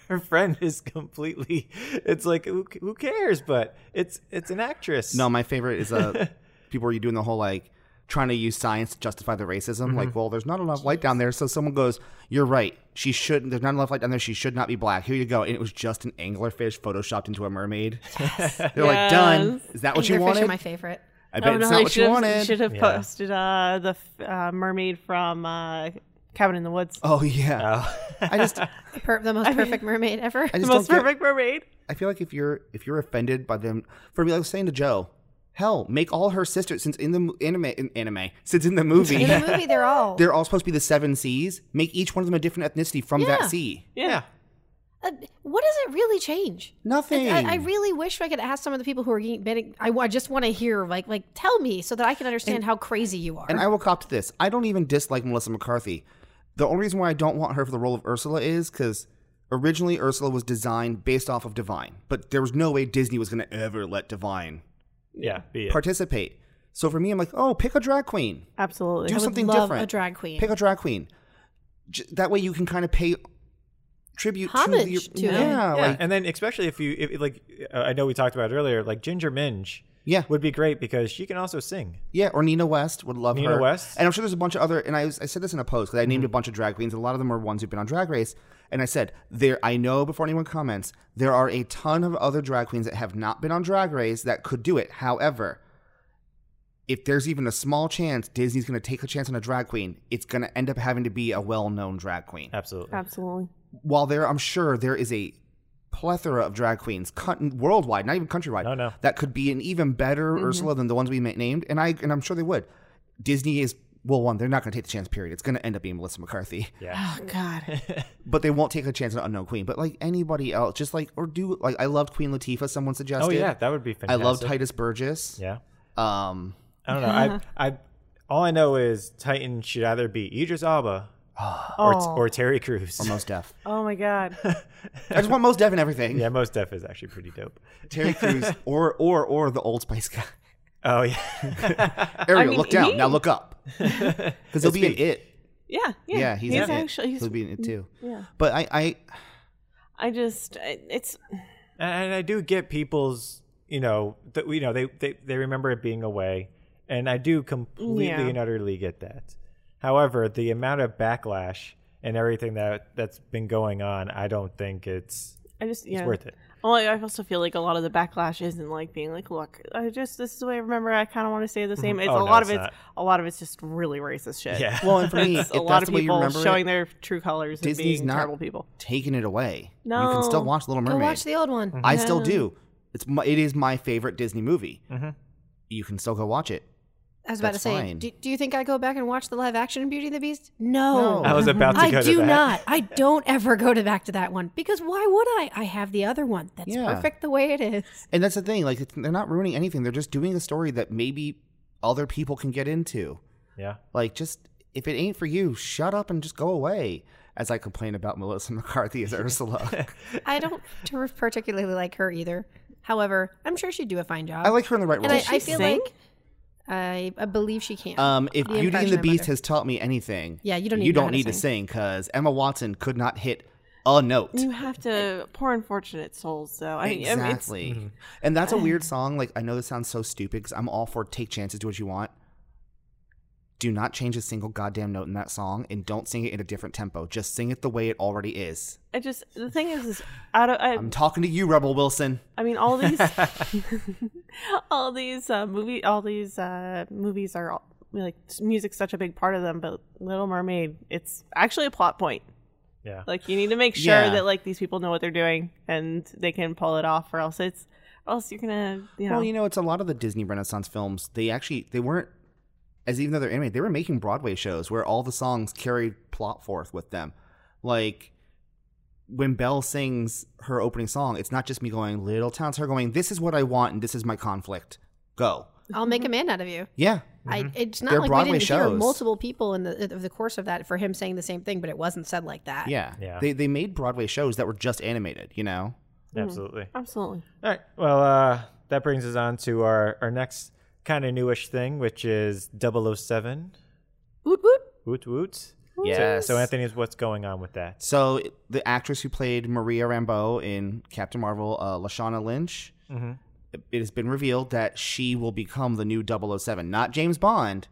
Her friend is completely. It's like who, who cares? But it's it's an actress.
No, my favorite is uh, people are you doing the whole like trying to use science to justify the racism. Like, well, there's not enough light down there, so someone goes, "You're right. She shouldn't. There's not enough light down there. She should not be black. Here you go." And it was just an anglerfish photoshopped into a mermaid. They're like, "Done. Is that what you
Anglerfish
wanted?
are my favorite.
I bet it's not what you wanted."
Should have
Yeah.
posted uh, the f- uh, mermaid from uh, Cabin in the Woods.
Oh yeah. I just, I
The, per- the most perfect mermaid ever.
just
the most
don't get-
perfect mermaid.
I feel like if you're if you're offended by them, for me, like I was saying to Joe, hell, make all her sisters since in the mo- anime, in anime, since in the movie,
In the movie, they're all.
they're all supposed to be the seven seas. Make each one of them a different ethnicity from
Yeah.
that sea.
yeah.
Uh, what does it really change?
Nothing.
I, I really wish I could ask some of the people who are getting bidding. I, I just want to hear, like, like tell me so that I can understand how crazy you are.
and I will cop to this. I don't even dislike Melissa McCarthy. The only reason why I don't want her for the role of Ursula is because originally Ursula was designed based off of Divine, but there was no way Disney was going to ever let Divine
Yeah, be it.
participate. So for me, I'm like, oh, pick a drag queen.
Absolutely.
Do
would
something
love
different.
a drag queen.
Pick a drag queen. J- that way you can kind of pay tribute
Homage
to the
to it.
yeah,
Yeah,
like
and then especially if you if, like, uh, I know we talked about it earlier, like Ginger Minge
yeah,
would be great because she can also sing.
yeah. Or Nina West would love
Nina
her.
West? Mm-hmm.
and I'm sure there's a bunch of other. And I, was, I said this in a post because I named a bunch of drag queens. and A lot of them are ones who've been on Drag Race. And I said there. I know before anyone comments, there are a ton of other drag queens that have not been on Drag Race that could do it. However. If there's even a small chance Disney's going to take a chance on a drag queen, it's going to end up having to be a well-known drag queen.
Absolutely.
Absolutely.
while there, I'm sure there is a plethora of drag queens con- worldwide, not even countrywide.
No, no.
That could be an even better
Mm-hmm.
Ursula than the ones we ma- named, and I and I'm sure they would. Disney is well, one, they're not going to take the chance. Period. It's going to end up being Melissa McCarthy,
Oh God.
but they won't take a chance on an unknown queen. But like anybody else, just like or do like I loved Queen Latifah. Someone suggested.
Oh yeah, that would be
I
fantastic.
love Titus Burgess.
Yeah.
Um,
I don't know. I I all I know is Titan should either be Idris Alba or
Oh.
or Terry Crews.
most deaf.
oh my God.
I just want most deaf and everything.
yeah, most Def is actually pretty dope.
Terry Crews or or or the Old Spice guy.
Oh yeah.
Ariel,
mean,
look down.
he-
Now look up. Because he'll be in
Speak.
it.
Yeah. Yeah.
Yeah, he's, in it.
actually. He's,
he'll be in it too.
yeah.
But I, I
I just I- it's
and, and I do get people's, you know, that you know they, they they remember it being away, and I do completely
Yeah.
and utterly get that. However, the amount of backlash and everything that that's been going on, I don't think it's
I just yeah.
it's worth it.
Well, I I also feel like a lot of the backlash isn't like being like, look, I just this is the way I remember. I kind of want to say the same. It's
Oh,
a
no,
lot of
it's
it's
not.
a lot of it's just really racist shit.
Yeah.
Well, and for me,
It's
if
a lot
that's
of
the way you
people
remember
showing
it,
their true colors
Disney's
and being
not-
terrible people.
taking it away. you can
No.
still watch Little
Go
Mermaid. Mm-hmm.
watch the old one.
I still do. It's my, it is my favorite Disney movie.
Mhm.
You can still go watch it.
I was about to
That's
say,
fine.
do, do you think I go back and watch the live action Beauty and the Beast? No.
No.
I was about to
Oh. I
go to
do
that.
not. I don't ever go to back to that one because why would I? I have the other one. That's
Yeah.
perfect the way it is.
And that's the thing. Like it's, they're not ruining anything. They're just doing a story that maybe other people can get into.
Yeah.
Like just if it ain't for you, shut up and just go away. As I complain about Melissa McCarthy as Ursula,
I don't ter- particularly like her either. However, I'm sure she'd do a fine job.
I like her in the right
and
role.
I,
Does she
I feel
sing?
like I, I believe she can.
um, if
the
Beauty and
impression
the
I'm
Beast
under.
has taught me anything,
Yeah, you don't need
you
to know
don't
how to
need to sing because Emma Watson could not hit a note.
You have to poor unfortunate souls, though. I mean, I mean, it's-
Exactly. And that's a weird song. Like, I know this sounds so stupid because I'm all for take chances, do what you want. Do not change a single goddamn note in that song and don't sing it in a different tempo. Just sing it the way it already is.
I just the thing is, is out of I,
I'm talking to you, Rebel Wilson.
I mean, all these, all these uh, movie, all these uh, movies are all, like music's such a big part of them. But Little Mermaid, it's actually a plot point.
Yeah.
Like you need to make sure
Yeah.
that like these people know what they're doing and they can pull it off, or else it's, or else you're gonna, you know,
Well, you know, it's a lot of the Disney Renaissance films. They actually they weren't as even though they're animated, they were making Broadway shows where all the songs carried plot forth with them. Like when Belle sings her opening song, it's not just me going little towns. Her going, this is what I want and this is my conflict. Go.
I'll make a man out of you.
Yeah,
I, it's not
They're
like
Broadway
we didn't hear
shows.
multiple people in the of the course of that for him saying the same thing, but it wasn't said like that.
yeah,
Yeah.
They they made Broadway shows that were just animated. You know,
Absolutely.
absolutely.
All right. Well, uh, that brings us on to our, our next kind of newish thing, which is 007.
Woot woot.
Woot woot.
Yes.
So, Anthony, is what's going on with that?
So the actress who played Maria Rambeau in Captain Marvel, uh, Lashana Lynch, it has been revealed that she will become the new 007, not James Bond,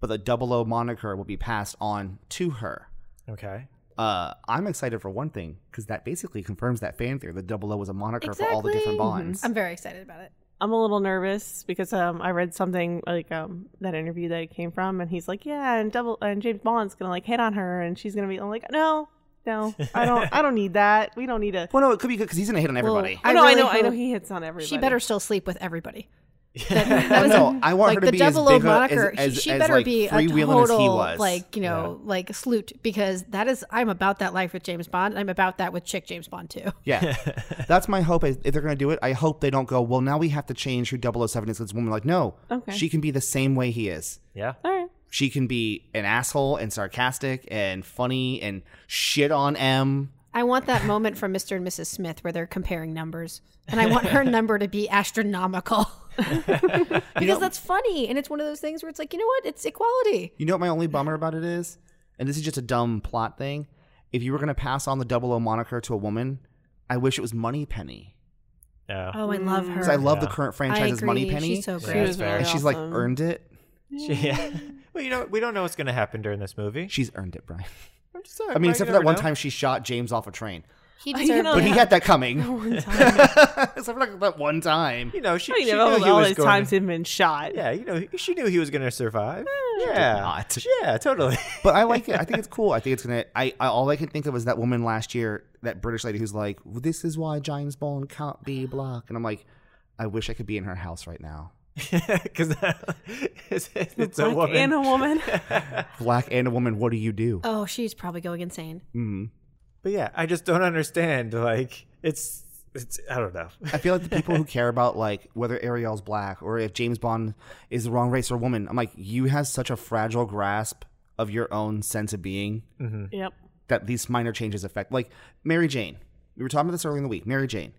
but the 00 moniker will be passed on to her.
Okay.
Uh, I'm excited for one thing because that basically confirms that fan theory. The 00 was a moniker for all the different
Exactly.
Bonds.
I'm very excited about it.
I'm a little nervous because um, I read something like um, that interview that it came from, and he's like, "Yeah," and double and James Bond's gonna like hit on her, and she's gonna be. I'm like, "No, no, I don't, I don't need that. We don't need a."
Well, no, it could be good because he's gonna hit on everybody.
I
I know, I
really
know, I know.
hope-
He hits on everybody.
She better still sleep with everybody.
Oh, no, I want
like
her to
the
be as
double oh
big a-
moniker.
as, as,
she, she
as,
better
like,
be a
freewheeling
total
as he was.
like you know like sloot because that is I'm about that life with James Bond. I'm about that with chick James Bond too.
Yeah. That's my hope. is If they're going to do it, I hope they don't go, well, now we have to change who 007 is. This woman, like, no,
Okay.
she can be the same way he is.
Yeah.
All right.
She can be an asshole and sarcastic and funny and shit on M.
I want that moment from Mr. and Mrs. Smith where they're comparing numbers, and I want her number to be astronomical because that's funny, and it's one of those things where it's like you know what, it's equality.
You know what my only bummer about it is? And this is just a dumb plot thing. If you were going to pass on the 00 moniker to a woman, I wish it was Money Penny.
Yeah.
Oh, I love her.
Because Mm, I love the
Yeah.
current
I
franchise's
agree.
Money Penny.
She's so great.
Yeah. She
She
was
was
very-
very
and she's like
awesome.
earned it.
She- yeah. well, you know, we don't know what's going to happen during this movie.
She's earned it, Brian.
I'm just saying,
I mean,
you
except for
never
that one
know.
time she shot James off a train.
He
You
deserved
know,
But
it.
he had that coming.
One time.
Except for like that one time.
You know, she,
you
she
know, all,
knew he was
these
going.
times he'd been shot.
yeah, you know, she knew he was going to survive.
did
yeah.
not.
Yeah, totally.
But I like it. I think it's cool. I think it's gonna. I, I all I can think of is that woman last year, that British lady who's like, "Well, "This is why James Bond can't be black," and I'm like, I wish I could be in her house right now,
Because uh, it's, it's a
Black
woman.
and a woman.
black and a woman. What do you do?
Oh, she's probably going insane.
Mhm.
But yeah, I just don't understand. Like, it's, it's, I don't know.
I feel like the people who care about like whether Ariel's black or if James Bond is the wrong race or woman, I'm like, you have such a fragile grasp of your own sense of being.
yep.
that these minor changes affect. Like Mary Jane, we were talking about this earlier in the week. Mary Jane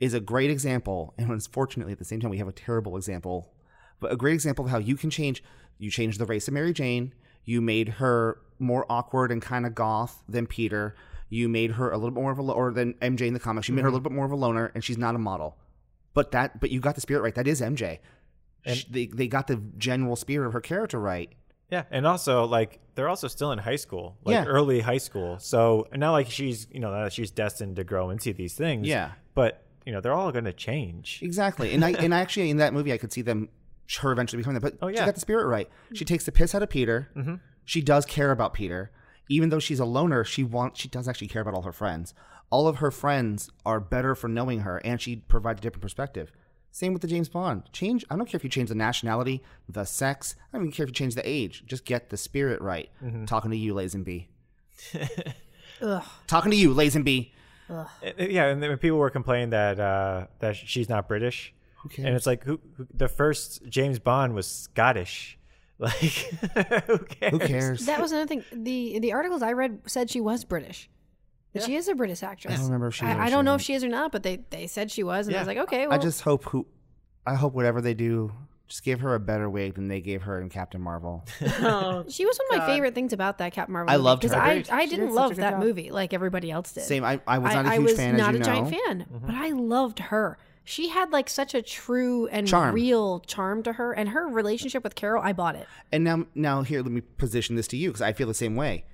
is a great example, and unfortunately, at the same time, we have a terrible example, but a great example of how you can change. You changed the race of Mary Jane. You made her more awkward and kind of goth than Peter. You made her a little bit more of a lo- or than MJ in the comics. You made her a little bit more of a loner, and she's not a model. But that, but you got the spirit right. That is MJ.
And-
Sh they they got the general spirit of her character right.
Yeah, and also like they're also still in high school, like
Yeah.
early high school. So not like she's you know that she's destined to grow into these things.
Yeah.
but you know they're all going to change.
Exactly. And I and actually in that movie I could see them her eventually becoming that. But
Oh,
she
yeah. Mm-hmm.
got the spirit right. She takes the piss out of Peter. She does care about Peter. Even though she's a loner, she wants she does actually care about all her friends. All of her friends are better for knowing her and she provides a different perspective. Same with the James Bond. Change I don't care if you change the nationality, the sex, I don't even care if you change the age. Just get the spirit right.
Mm-hmm.
Talking to you, Lazenby.
Ugh.
Talking to you, Lazenby.
Uh, Yeah, and then people were complaining that uh, that she's not British,
cares?
and it's like who, who the first James Bond was Scottish. Like who cares?
Who cares?
That was another thing. The the articles I read said she was British. That she is a British actress. I
don't remember if she is or
I,
she
don't know if she is or not, but they, they said she was, and I was like, okay, well,
I just hope who, I hope whatever they do, just give her a better wig than they gave her in Captain Marvel.
Oh,
she was one of my favorite things about that Captain Marvel.
I
movie,
loved
'cause
her.
I,
Great.
I
She did
didn't
such a
love
good
that
job.
movie like everybody else did.
Same. I, I was
I,
not a
I
huge
was
fan, as
not
you
a
know.
giant fan,
Mm-hmm.
but I loved her. She had like such a true and
Charm.
real charm to her, and her relationship with Carol. I bought it.
And now, now here, let me position this to you because I feel the same way.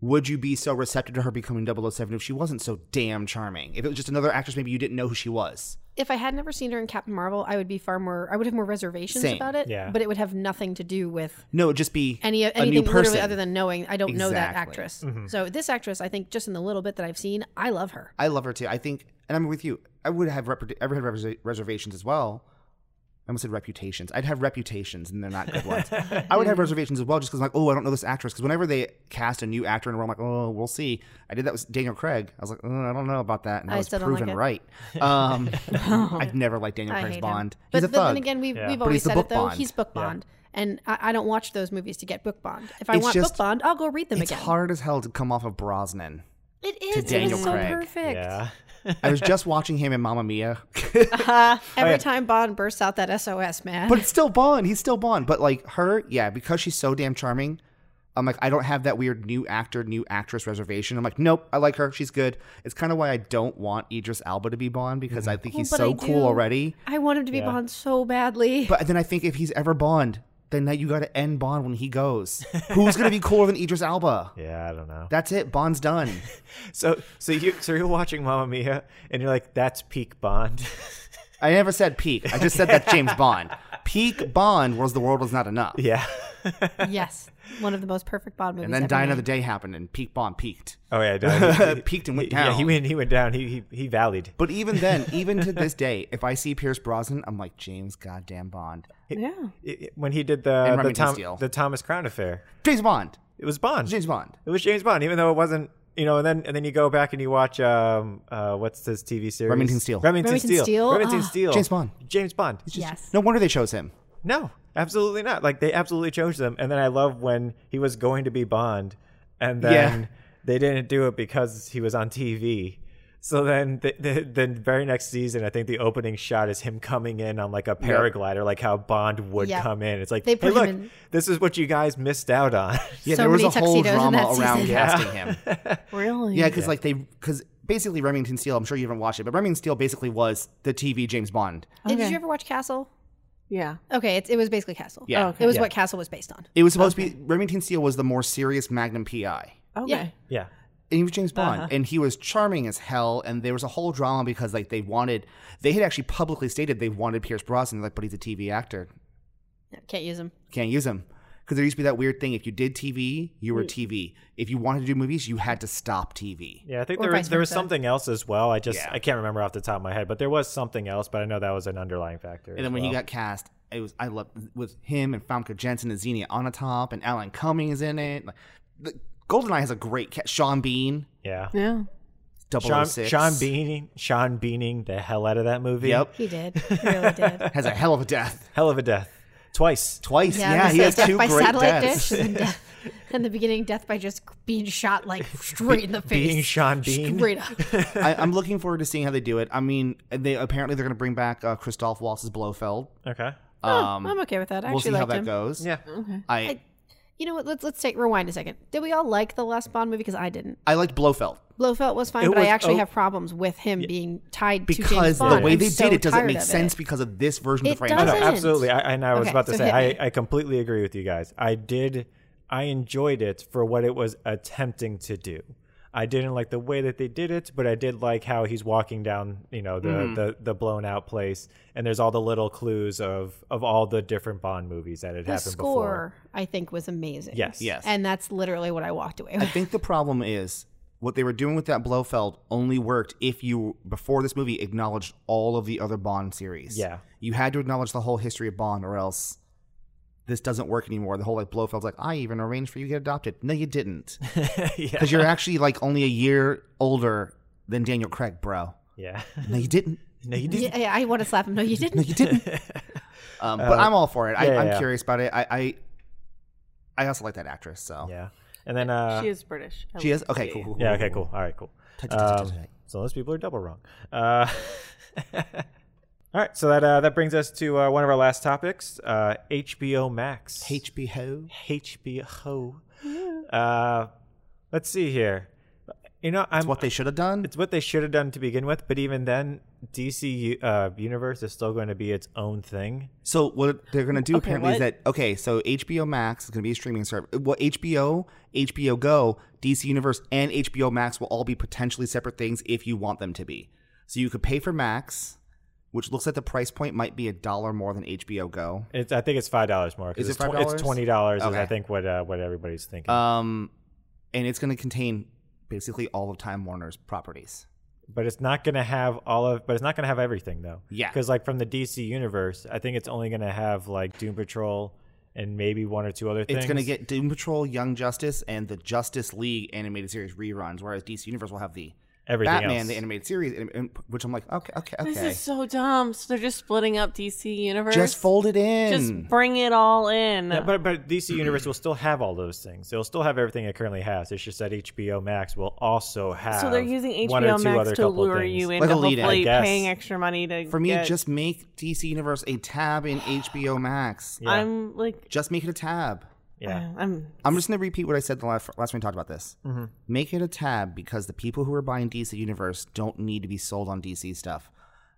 Would you be so receptive to her becoming 007 if she wasn't so damn charming? If it was just another actress, maybe you didn't know who she was.
If I had never seen her in Captain Marvel, I would be far more. I would have more reservations
Same.
about it.
Yeah.
But it would have nothing to do with
No, it'd just be
any
a
anything
new person.
literally other than knowing I don't know that
Exactly.
actress.
Mm-hmm.
So this actress, I think, just in the little bit that I've seen, I love her.
I love her too. I think, and I'm with you. I would have rep- I would have res- reservations as well. I almost said reputations. I'd have reputations, and they're not good ones. I would have reservations as well, just because I'm like, oh, I don't know this actress. Because whenever they cast a new actor in a role, I'm like, oh, we'll see. I did that with Daniel Craig. I was like, oh, I don't know about that, and I,
I
was
still don't like
proven
it.
right.
Oh.
Um, I've never liked Daniel
I
Craig's
hate
Bond.
him. But,
He's a
but
thug.
then again, we've, we've
But
always
he's the
said
book
it though.
Bond.
He's book bond, and I, I don't watch those movies to get book bond. If I
It's
want
just-
book bond, I'll go read them
it's
again.
hard as hell to come off of Brosnan.
it is. it
Daniel
is so
Craig.
perfect.
Yeah.
I was just watching him in Mamma Mia.
Every time Bond bursts out that SOS, man.
Oh, But it's still Bond. He's still Bond. But like her, yeah, because she's so damn charming. I'm like, I don't have that weird new actor, new actress reservation. I'm like, nope, I like her. She's good. It's kind of why I don't want Idris Alba to be Bond because I think he's
but
so
I
cool
do.
already.
I want him to be Bond so badly.
But then I think if he's ever Bond, then now you got to end Bond when he goes. Who's gonna be cooler than Idris Alba?
Yeah, I don't know.
That's it. Bond's done.
So so you so you're watching Mamma Mia and you're like that's peak Bond.
I never said peak. I just said that James Bond. Peak Bond was the world was not enough.
yeah.
yes, one of the most perfect Bond movies.
And then
ever
Die
made.
Another Day happened, and peak Bond peaked.
Oh yeah, no, he- he-
Peaked and went
Yeah, he
down.
went he went down. He he, he valleyed.
But even then, even to this day, if I see Pierce Brosnan, I'm like James goddamn Bond.
Yeah.
It- it- when he did the the,
Remington
Tom,
Steele.
the Thomas Crown affair.
James Bond.
It was Bond.
James Bond.
It was James Bond, even though it wasn't. You know, and then and then you go back and you watch um uh what's this TV series?
Remington Steele.
Remington,
Remington
Steele.
Steele?
Remington
Ah.
Steele.
James Bond.
James Bond.
Yes.
No wonder they chose him.
No, absolutely not. Like they absolutely chose them. And then I love when he was going to be Bond, and then
Yeah.
they didn't do it because he was on TV. So then, the, the, the very next season, I think the opening shot is him coming in on like a paraglider, like how Bond would
Yeah.
come in. It's like,
They
hey,
put him
look,
in-
this is what you guys missed out on.
Yeah,
So
there was
many
a whole
tuxedos in
drama
that
around
season.
casting him.
Really?
Yeah, because like they, because basically Remington Steele. I'm sure you haven't watched it, but Remington Steele basically was the TV James Bond.
Did
Okay.
you ever watch Castle?
Yeah.
Okay, it, it was basically Castle.
Yeah.
Oh, okay.
it was
Yeah.
what Castle was based on.
It was supposed to be Remington Steele was the more serious Magnum PI.
Okay.
Yeah.
yeah,
and he was James Bond,
Uh-huh.
and he was charming as hell. And there was a whole drama because like they wanted, they had actually publicly stated they wanted Pierce Brosnan, like, but he's a TV actor,
No, can't use him.
can't use him. Because there used to be that weird thing: if you did TV, you
Hmm.
were TV. If you wanted to do movies, you had to stop TV.
yeah. I think
Or
there was,
vice
there was
versa.
something else as well. I just
Yeah.
I can't remember off the top of my head, but there was something else. But I know that was an underlying factor.
And then when he got cast, it was I love with him and Famke Jensen and Xenia on the top, and Alan Cumming is in it. Like, the, Goldeneye has a great cast. Sean Bean,
yeah,
Yeah.
006.
Sean, Sean Beaning, Sean Beaning the hell out of that movie.
Yep.
He did. He really did.
has a hell of a death
Hell of a death. Twice.
twice. Yeah,
Yeah, I'm gonna
he
say
has
death
two
by
great
satellite
deaths.
dish. And death, in the beginning, death by just being shot like straight in the face.
Being Sean Bean.
Straight up.
I, I'm looking forward to seeing how they do it. I mean, they apparently they're going to bring back uh, Christoph Waltz's Blofeld.
Okay.
Oh,
Um,
I'm okay with that. I
we'll see
actually
how
liked
that
him.
goes.
Yeah.
I,
You know what? Let's let's take rewind a second. Did we all like the last Bond movie? Because I didn't.
I liked Blofeld
Blofeld was fine,
It
but
was
I actually
o-
have problems with him being tied to James
because
Bond.
the way
I'm
they
so
did it doesn't
tired
make
of it.
sense because of this version of
It
the franchise.
doesn't.
No, absolutely. I, and I was
Okay,
about to
so
say,
hit me.
I, I completely agree with you guys. I did, I enjoyed it for what it was attempting to do. I didn't like the way that they did it, but I did like how he's walking down, you know, the, the, the blown out place, and there's all the little clues of of all the different Bond movies that had
The
happened
score,
before.
I think, was amazing.
Yes.
Yes.
And that's literally what I walked away
I
with.
think the problem is what they were doing with that Blofeld only worked if you before this movie acknowledged all of the other Bond series.
Yeah.
You had to acknowledge the whole history of Bond or else this doesn't work anymore. The whole like Blofeld's like, I even arranged for you to get adopted. No, you didn't.
yeah.
Because you're actually like only a year older than Daniel Craig, bro.
Yeah.
No, you didn't.
no, you didn't.
Yeah, yeah, I want to slap him. No, you
No,
didn't.
you didn't. Um, but I'm all for it. I,
Uh, yeah,
I'm
yeah.
curious about it. I, I I also like that actress, so
Yeah. And then uh,
she is British. I
she
love
is
her.
okay, cool, cool, cool.
Yeah. Okay. Cool. All right. Cool. Um, so those people are double wrong. Uh, all right. So that uh, that brings us to uh, one of our last topics: uh, HBO Max.
HB Ho.
HBO. Uh, let's see here. You know, I'm.
It's what they should have done.
Um, it's what they should have done to begin with, but even then, DC uh, universe is still going to be its own thing.
So what they're gonna do apparently is
what?
that okay, so HBO Max is gonna be a streaming service. Well, HBO, HBO Go, DC Universe, and HBO Max will all be potentially separate things if you want them to be. So you could pay for Max, which looks like the price point might be a dollar more than HBO Go.
It's, I think it's five dollars more. 'cause
Is it
it's tw-
$5?
It's twenty dollars. Is
Okay.
I think what uh, what everybody's thinking.
Um, and it's gonna contain basically all of Time Warner's properties.
but it's not going to have all of but it's not going to have everything though
Yeah.
because like from the dc universe i think it's only going to have like doom patrol and maybe one or two other things
It's gonna get Doom Patrol, Young Justice, and the Justice League animated series reruns, whereas DC Universe will have the
everything
Batman,
else.
the animated series, and- and- which I'm like, okay, okay, okay.
This is so dumb. So they're just splitting up DC universe.
Just fold it in.
Just bring it all in.
Yeah, but but dc universe will still have all those things it'll still have everything it currently has it's just that hbo max will also have
so they're using
uh, one or
HBO
two
Max
other
to
couple
lure
things.
you
Like
into
a lead-in, I
hopefully
guess.
paying extra money to.
For me,
get-
just make DC Universe a tab in HBO Max.
Yeah.
I'm like, uh,
Just make it a tab.
yeah
I'm
I'm just going to repeat what I said the last, last time we talked about this.
Mm-hmm.
Make it a tab because the people who are buying DC Universe don't need to be sold on DC stuff.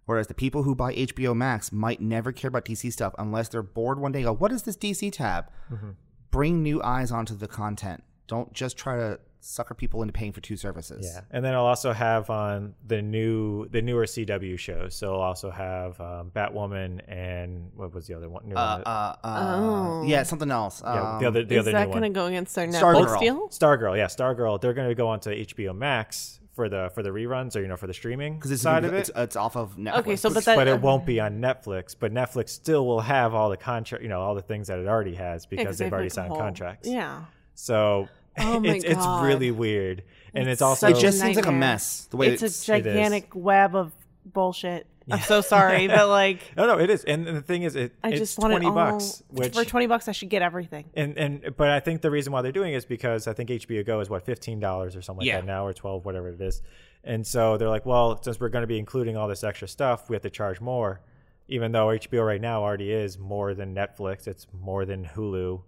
Whereas the people who buy HBO Max might never care about DC stuff unless they're bored one day and go, What is this DC tab?
Mm-hmm.
Bring new eyes onto the content. Don't just try to sucker people into paying for two services.
yeah and then i'll also have on the new the newer cw shows so i'll also have um, batwoman and what was the other one New
Uh,
one that-
uh, uh,
Oh.
Yeah, something else.
yeah,
Um,
the other the
is
other
that
new
going to
one
go against their
Stargirl.
Netflix deal?
Stargirl, yeah, Stargirl. They're going to go onto HBO Max for the for the reruns or you know for the streaming
because it's
side of it.
It's, it's off of Netflix.
Okay, so but that
but it won't be on Netflix. But Netflix still will have all the contract, you know, all the things that it already has
yeah,
because
'cause
they've already
like a
signed
whole-
contracts.
Yeah,
So
Oh my
it's it's
God.
really weird, and it's,
It's
also
such
it just seems like a
Nightmare.
mess. The way
it's a
it is.
gigantic web of bullshit. I'm so sorry, but like,
no no it is. And, and the thing is, it
I
it's
just want
twenty
it all.
bucks, which
for twenty bucks, I should get everything.
and and but I think the reason why they're doing it is because I think HBO Go is what fifteen dollars or something like
Yeah.
that now or twelve whatever it is, and so they're like, well, since we're going to be including all this extra stuff, we have to charge more, even though HBO right now already is more than Netflix, it's more than Hulu,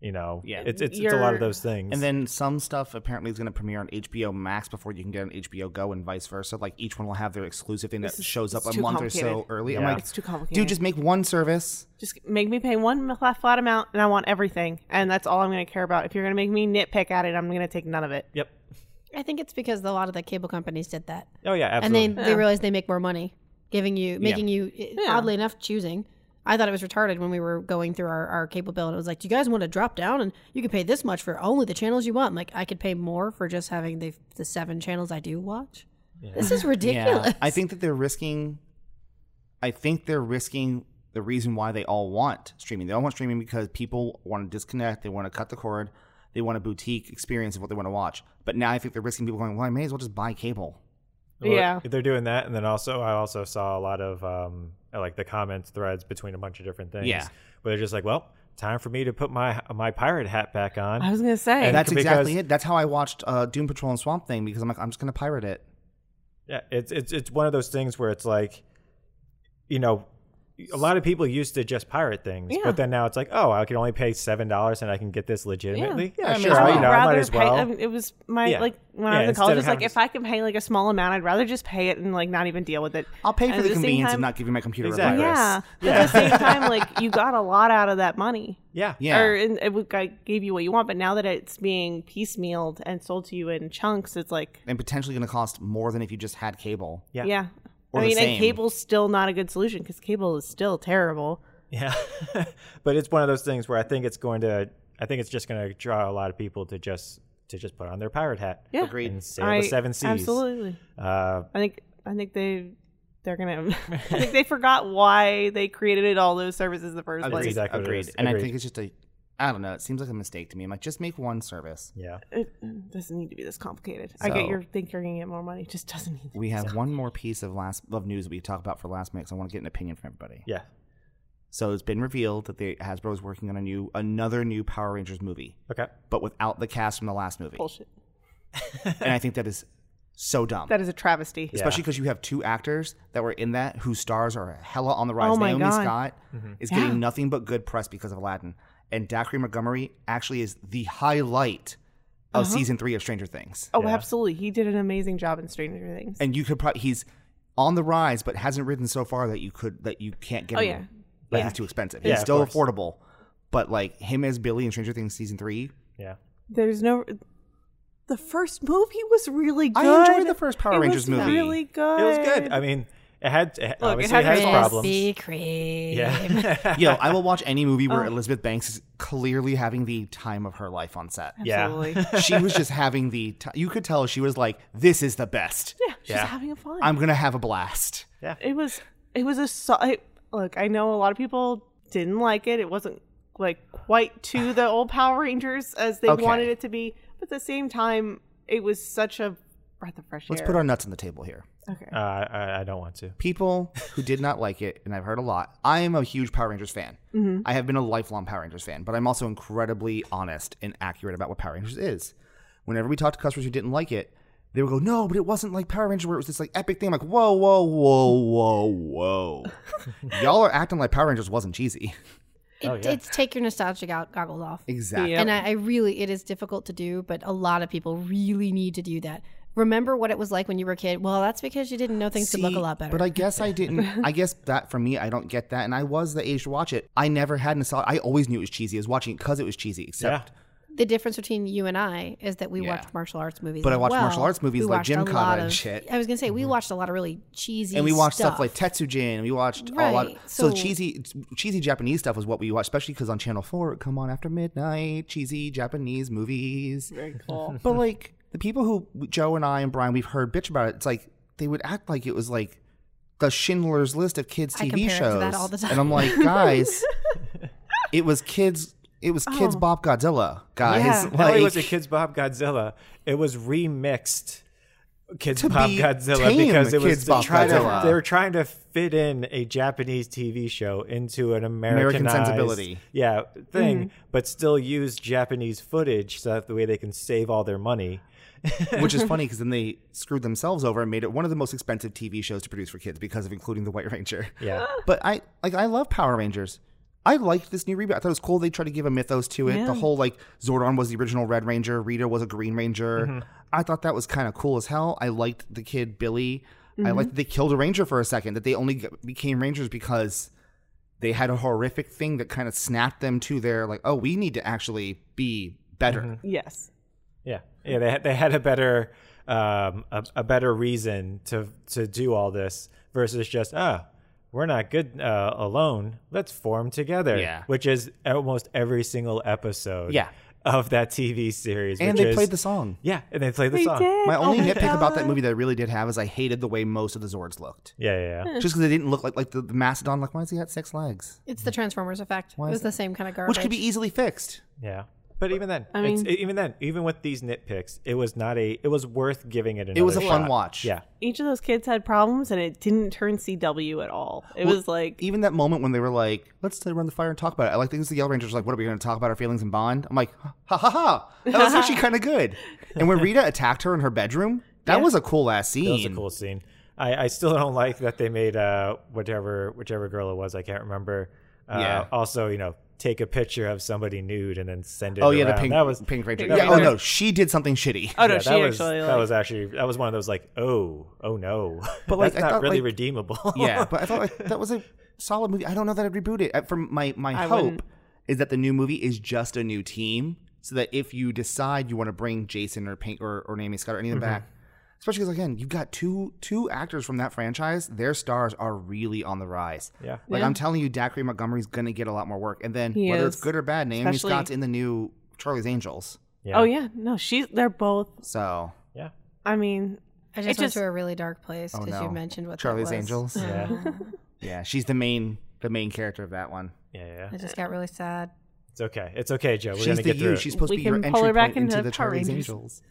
you know,
Yeah.
it's it's, it's a lot
You're-
of those things,
and then some stuff apparently is going to premiere on HBO Max before you can get on HBO Go and vice versa. Like each one will have their exclusive thing that
This is-
shows up
it's
a
too
month or so
complicated.
early. I'm
Yeah.
like,
It's too complicated.
dude, just make one service.
Just make me pay one flat, flat amount, and I want everything, and that's all I'm going to care about. If you're going to make me nitpick at it, I'm going to take none of it.
yep,
I think it's because a lot of the cable companies did that.
oh yeah,
and
absolutely.
they they realize they make more money giving you making you
Yeah.
oddly enough choosing i thought it was retarded when we were going through our, our cable bill and it was like do you guys want to drop down and you can pay this much for only the channels you want I'm like i could pay more for just having the the seven channels i do watch this is ridiculous
I think that they're risking. I think they're risking the reason why they all want streaming. They all want streaming because people want to disconnect. They want to cut the cord. They want a boutique experience of what they want to watch. But now I think they're risking people going, well, I may as well just buy cable.
Well,
Yeah.
they're doing that, and then also I also saw a lot of um, like the comments threads between a bunch of different things.
Yeah.
where they're just like, well, time for me to put my my pirate hat back on.
I was going to say,
And
That's
because-
exactly it. That's how I watched uh, Doom Patrol and Swamp Thing because I'm like, I'm just going to pirate it.
Yeah, it's it's it's one of those things where it's like, you know, a lot of people used to just pirate things,
Yeah.
but then now it's like, oh, I can only pay seven dollars and I can get this legitimately. Yeah,
I mean,
sure,
I
I,
would
you know, I might
rather
as
pay-
well.
I mean, it was my
Yeah.
like when I
Yeah,
was in
instead
college.
of
It's like
having
if I can pay like a small amount, I'd rather just pay it and like not even deal with it.
I'll pay
And
for
at
the
the same
convenience of
time-
not giving my computer
Exactly.
a virus.
Yeah, but
Yeah.
at the same time, like you got a lot out of that money.
yeah,
Yeah.
Or and it would, I gave you what you want, but now that it's being piecemealed and sold to you in chunks, it's like
And potentially going to cost more than if you just had cable.
Yeah.
yeah.
Or
I
the
mean,
same.
and cable's still not a good solution because cable is still terrible.
yeah. but it's one of those things where I think it's going to, I think it's just going to draw a lot of people to just to just put on their pirate hat
Yeah.
Agreed.
and sail
I-
the seven seas.
Absolutely.
Uh,
I think I think they they're gonna. I think they forgot why they created all those services in the first
Agreed.
place.
That's exactly what it
Agreed.
is.
And I
Agreed.
think it's just a, I don't know. It seems like a mistake to me. I'm like, just make one service.
yeah.
It doesn't need to be this complicated. I get
So-
your think you're gonna get more money. It just doesn't need. To
We
be
have
so-
one more piece of last of news that we talk about for last minute. 'cause I want to get an opinion from everybody.
Yeah.
So it's been revealed that the Hasbro is working on a new, another new Power Rangers movie,
Okay.
but without the cast from the last movie.
bullshit.
And I think that is so dumb.
That is a travesty.
especially because you have two actors that were in that whose stars are hella on the rise.
Oh my
Naomi
God.
Scott is
Yeah.
getting nothing but good press because of Aladdin, and Dacre Montgomery actually is the highlight of
Uh-huh.
season three of Stranger Things.
Oh,
Yeah.
absolutely. He did an amazing job in Stranger Things.
And you could probably he's on the rise, but hasn't risen so far that you could that you can't get.
Oh,
him.
yeah.
like
Yeah.
he's too expensive.
Yeah,
he's
of
still
course.
affordable, but like him as Billy in Stranger Things season three.
Yeah.
There's no. The first movie was really good.
I enjoyed the first Power
It
Rangers
was
movie.
Really good.
It was good. I mean, it had, it,
it
obviously
had
it has
its
problems.
Krispy Kreme.
Yeah.
Yo, I will watch any movie
Oh.
where Elizabeth Banks is clearly having the time of her life on set.
Absolutely.
Yeah.
she was just having the t- you could tell she was like this is the best
yeah, she's
Yeah.
having a fun.
i'm gonna have a blast
it was. It was a. So- I, look, I know a lot of people didn't like it. It wasn't like quite to the old Power Rangers as they
Okay.
wanted it to be, but at the same time, it was such a breath of fresh
let's
air.
put our nuts on the table here
okay.
uh, I, I don't want to.
people who did not like it and i've heard a lot i am a huge power rangers fan
Mm-hmm.
i have been a lifelong power rangers fan but i'm also incredibly honest and accurate about what power rangers is whenever we talk to customers who didn't like it they would go no but it wasn't like power rangers where it was this like epic thing i'm like whoa whoa whoa whoa whoa y'all are acting like power rangers wasn't cheesy
It,
Oh,
It's take your nostalgic out, goggles off.
exactly
Yep.
And I, I really, it is difficult to do, but a lot of people really need to do that. Remember what it was like when you were a kid? Well, that's because you didn't know things could look a
See,
lot better.
But I guess I didn't. I guess that for me, I don't get that. And I was the age to watch it. I never had nostalgia. I always knew it was cheesy. I was watching it because it was cheesy. Except,
the difference between you and I is that we
Yeah.
watched martial arts movies.
But I
as
watched
well.
martial arts movies
We
like
watched
Jim
a
Cotta
lot
and
of-
shit. Mm-hmm.
I was gonna say we watched a lot of really cheesy
and we watched stuff, like Tetsujin. And we watched a lot.
Right,
So,
so-
cheesy, cheesy Japanese stuff was what we watched, especially because on Channel Four, it would come on after midnight. Cheesy Japanese movies.
Very cool.
But like the people who Joe and I and Brian, we've heard bitch about it. It's like they would act like it was like the Schindler's List of kids
I
TV
compare it to
shows,
that all the time.
and I'm like, guys, it was kids. It was
Oh.
kids. Bob Godzilla, guys.
Yeah.
Like,
Not only was it Kids Bob Godzilla, it was remixed Kids
To
Bob
be
Godzilla
tame
because it was
Kids
they
Bop
tried to-
Godzilla.
they were trying to fit in a Japanese TV show into an American
American sensibility. Mm-hmm.
yeah, thing, but still use Japanese footage so that the way they can save all their money.
which is funny because then they screwed themselves over and made it one of the most expensive TV shows to produce for kids because of including the White Ranger.
Yeah,
But I like I love Power Rangers. I liked this new reboot. I thought it was cool. They tried to give a mythos to it. The whole like Zordon was the original Red Ranger, Rita was a Green Ranger.
Mm-hmm.
I thought that was kind of cool as hell. I liked the kid Billy. I
Mm-hmm.
liked that they killed a ranger for a second. That they only g- became rangers because they had a horrific thing that kind of snapped them to their like, oh, we need to actually be better.
Mm-hmm. yes.
yeah, yeah. They had, they had a better um, a, a better reason to to do all this versus just ah. We're not good uh, alone. Let's form together.
Yeah.
Which is almost every single episode.
Yeah.
Of that TV series.
And
which
they
is-
played the song.
Yeah, and they played the
They
song.
did.
My
Oh
only
my
nitpick about that
God.
movie that I really did have is I hated the way most of the Zords looked.
Yeah, yeah, yeah.
Just because they didn't look like like the, the Mastodon. Like, why does he got six legs?
it's the Transformers effect.
Why
it
is
was
that-
the same kind of garbage.
Which could be easily fixed.
yeah. But even then,
I
it's,
mean-
even then, even with these nitpicks, it was not a. It was worth giving it another.
was a fun
shot.
watch.
Yeah,
Each of those kids had problems, and it didn't turn CW at all. It
Well,
was
e
like
even that moment when they were like, "Let's run the fire and talk about it." I like things the Yellow Rangers were like, "What are we going to talk about our feelings and bond?" I'm like, "Ha ha ha!" That was actually kind of good. And when Rita attacked her in her bedroom, that was a cool ass scene.
that was a cool scene. I, I still don't like that they made uh whatever whichever girl it was I can't remember. Uh,
Yeah.
Also, you know, take a picture of somebody nude and then send it.
Oh yeah, the
around.
pink,
that was
pink ranger.
that
Yeah. Oh
was-
no, she did something shitty.
Oh no,
yeah,
she
that was,
actually.
that
like-
was actually that was one of those like oh oh no,
But,
but
like,
like
I
that's not
thought,
really
like-
redeemable.
yeah, but I thought like, that was a solid movie. I don't know that I'd reboot it. I- From my my
I
hope
wouldn't.
is that the new movie is just a new team, so that if you decide you want to bring Jason or Pink or, or Naomi Scott or anything back, especially because again you've got two two actors from that franchise, their stars are really on the rise.
yeah.
Like
Yeah.
I'm telling you, Dacre Montgomery's gonna get a lot more work, and then
He
whether it's
is.
good or bad, Naomi
Especially-
Scott's in the new Charlie's Angels,
yeah.
Oh yeah, no, she's. They're both.
so
yeah.
I mean,
I
It
just went
just-
to a really dark place
Oh,
because
no.
you mentioned what that
Charlie's
was.
Angels?
Yeah.
Oh,
yeah, she's the main the main character of that one.
Yeah, yeah,
I just got really sad.
It's okay. It's okay, Joe. We're
She's
gonna
the
get through
you.
it.
She's supposed
We
to be your
can
entry
pull her back
point into,
into
the
Power
Charlie's
Rangers.
Angels.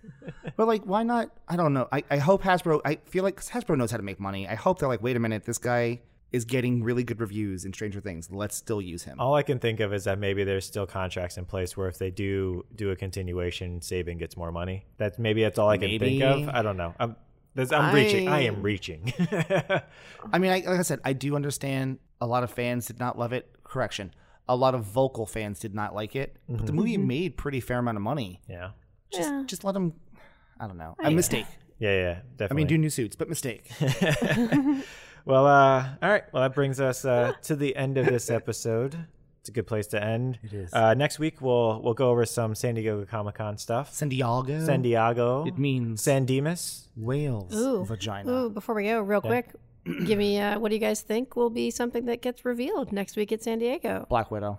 but like, why not? I don't know. I, I hope Hasbro. I feel like 'cause Hasbro knows how to make money. I hope they're like, wait a minute, this guy is getting really good reviews in Stranger Things. Let's still use him.
All I can think of is that maybe there's still contracts in place where if they do do a continuation, Saban gets more money. That's maybe that's all I can think
Maybe.
of. I don't know. I'm that's, I'm reaching. I am reaching.
I mean, I, like I said, I do understand a lot of fans did not love it. Correction, a lot of vocal fans did not like it. But
Mm-hmm.
the movie made pretty fair amount of money.
yeah,
Just
Mm-hmm. Yeah.
just let him. I don't know. A mistake.
yeah, yeah. Definitely.
I mean, do new suits, but mistake.
Well, uh, all right. Well, that brings us uh, to the end of this episode. It's a good place to end. It
is.
Uh, next week, we'll we'll go over some San Diego Comic Con stuff.
San Diego.
San Diego.
It means
San Dimas.
whales
Ooh.
vagina.
Ooh, before we go, real quick, give me uh, what do you guys think will be something that gets revealed next week at San Diego?
Black Widow.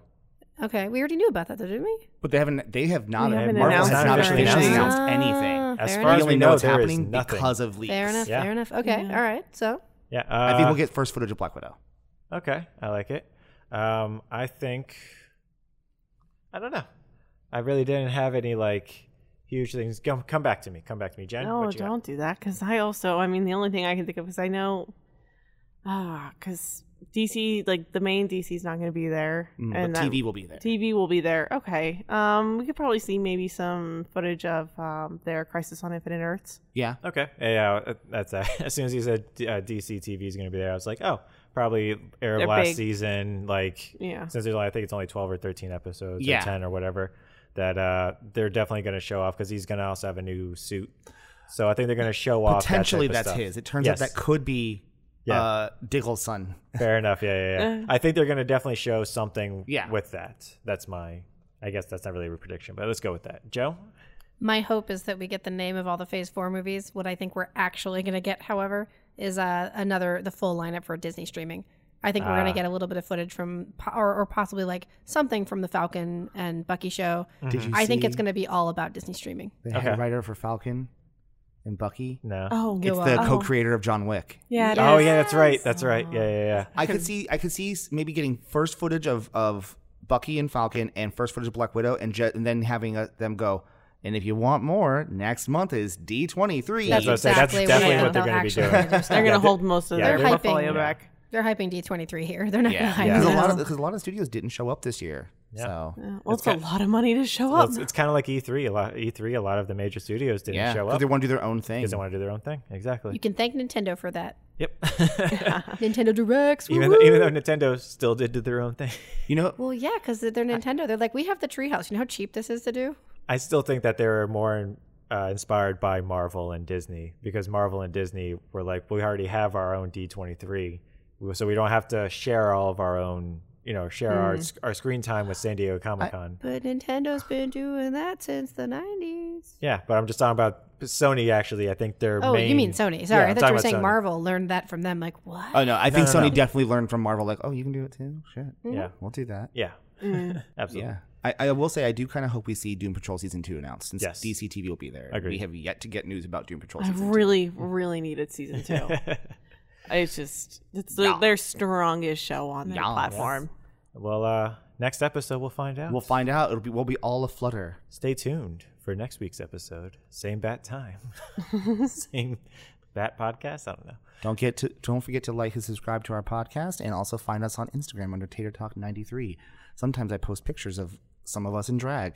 Okay, we already knew about that, though, didn't we?
But they haven't. They have not.
We haven't
Marvel has
announced
not
it.
officially
Announced it.
announced
Ah,
anything.
As
We
fair
far as
enough.
only
we
know
know,
it's
there is
happening
nothing.
because of leaks.
Fair enough.
Yeah.
Fair enough. Okay. All right. So
Yeah, uh,
I think we'll get first footage of Black Widow.
Okay, I like it. Um, I think I don't know. I really didn't have any like huge things. Come, come back to me. Come back to me, Jen.
no,
what you got?
don't do that because I also. I mean, the only thing I can think of is I know, ah, because DC, like the main DC's not going to be there,
Mm,
and
but
that-
TV will be there.
TV will be there. Okay. Um, we could probably see maybe some footage of um their Crisis on Infinite Earths.
yeah.
Okay. Yeah, uh, that's uh, as soon as you said uh, DC TV is going to be there, I was like, oh, probably air of
They're
last
big.
season. Like,
Yeah.
since there's only, I think it's only twelve or thirteen episodes,
Yeah.
or ten or whatever. That uh, they're definitely going to show off because he's going to also have a new suit. So I think they're going to show off that type
Potentially
of
that's
Oh, stuff.
his. It turns
Yes.
out that could be
Yeah.
uh, Diggle's son.
Fair enough. Yeah, yeah, yeah. I think they're going to definitely show something
Uh. Yeah.
with that. That's my, I guess that's not really a prediction, but let's go with that. Joe?
my hope is that we get the name of all the Phase Four movies. What I think we're actually going to get, however, is uh, another the full lineup for Disney streaming. I think we're going to get a little bit of footage from, po- or, or possibly like something from the Falcon and Bucky show.
Did you?
I think it's
see
going to be all about Disney streaming.
They had a
Okay.
writer for Falcon and Bucky.
No.
Oh,
It's
Go
the
on.
co-creator of John Wick.
yeah. it
Oh,
is.
yeah, that's right. That's right. Yeah, yeah, yeah.
I could see. I could see s- maybe getting first footage of of Bucky and Falcon, and first footage of Black Widow, and, ju- and then having uh them go. And if you want more, next month is D twenty three.
That's
I was gonna say, that's
exactly
definitely
what,
what they're
they'll
gonna be
actually
doing.
do. So
They're
They're,
gonna hold most of
yeah,
their
they're hyping-
portfolio
Yeah.
back.
hyping D23 here. They're not going to hype
because a
it
lot
out.
of because a lot of studios didn't show up this year.
Yeah.
So
Yeah, Well, it's,
It's
a lot of money to show
Well,
up.
it's, it's kind of like E3. A lot, E3, a lot of the major studios didn't
yeah,
show
'cause
up
they want to do their own thing.
because they want to do their own thing. Exactly.
You can thank Nintendo for that.
yep.
Nintendo Directs.
even,
woo-woo.
though, even though Nintendo still did do their own thing,
You know,
Well, yeah, because they're Nintendo. They're like, we have the treehouse. You know how cheap this is to do?
I still think that they were more uh, inspired by Marvel and Disney because Marvel and Disney were like, we already have our own D23, so we don't have to share all of our own, you know, share
Mm.
our, sc- our screen time with San Diego Comic Con.
But Nintendo's been doing that since the 90s.
Yeah, but I'm just talking about Sony. Actually, I think their
Oh,
main.
you mean Sony. Sorry,
Yeah,
I thought
I'm
you
talking
were
about
saying
Sony.
Marvel learned that from them. Like, what?
oh no, I think
no,
Sony
no.
definitely learned from Marvel. Like, oh, you can do it too. Shit,
Yeah,
mm-hmm.
we'll do that.
yeah,
Mm.
absolutely.
Yeah, I, I will say I do kind of hope we see Doom Patrol season two announced since
Yes.
DC TV will be there. We
Agreed.
have yet to get news about Doom Patrol
I
season two.
really, really needed season two. it's just it's the,
Yeah.
their strongest show on their
Yeah.
platform.
Well, uh, next episode we'll find out.
We'll find out. It'll be we'll be all aflutter.
Stay tuned for next week's episode. Same bat time, same bat podcast. I don't know.
Don't get to don't forget to like and subscribe to our podcast, and also find us on Instagram under Tater Talk ninety three. Sometimes I post pictures of some of us in drag.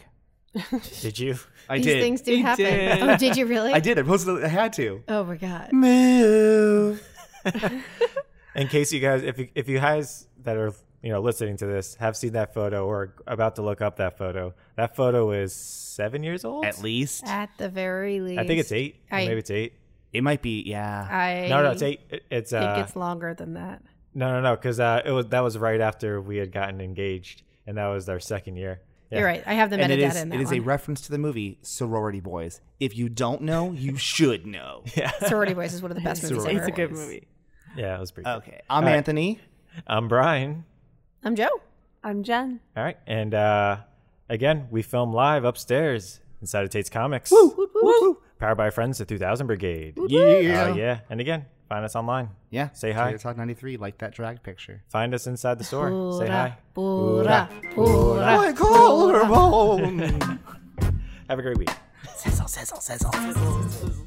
Did you?
I
These
did.
things do happen.
did.
Oh, did you really?
I did. I posted. I had to.
Oh, my God.
Move.
in case you guys, if you, if you guys that are you know listening to this have seen that photo or about to look up that photo, that photo is seven years old.
At least
At the very least.
I think it's eight. or
I-
maybe it's eight.
it might be. Yeah.
I
No, no, it's eight. It- It's
think
uh,
it's longer than that.
no, no, no, because uh, it was that was right after we had gotten engaged, and that was our second year. Yeah.
You're right. I have the
and it
metadata
is
in
it
that
is a
one.
reference to the movie Sorority Boys. If you don't know, you should know.
Sorority Boys is one of the best movies
Sorority
ever.
It's a good
Boys.
movie.
Yeah, it was pretty.
Okay. I'm
All right.
Anthony.
Good. I'm Brian.
I'm Joe.
I'm Jen.
All right, and uh, again, we film live upstairs inside of Tate's Comics.
Woot, woot, woot.
Powered by friends, the 2000 Brigade.
Yeah.
Oh yeah, and again, find us online.
Uh, Yeah.
Say hi.
Tater Talk 93, like that drag picture.
Find us inside the store. Say hi.
Hoorah, hoorah.
My collarbone!
Have a great week.
sizzle, sizzle, sizzle, sizzle. sizzle.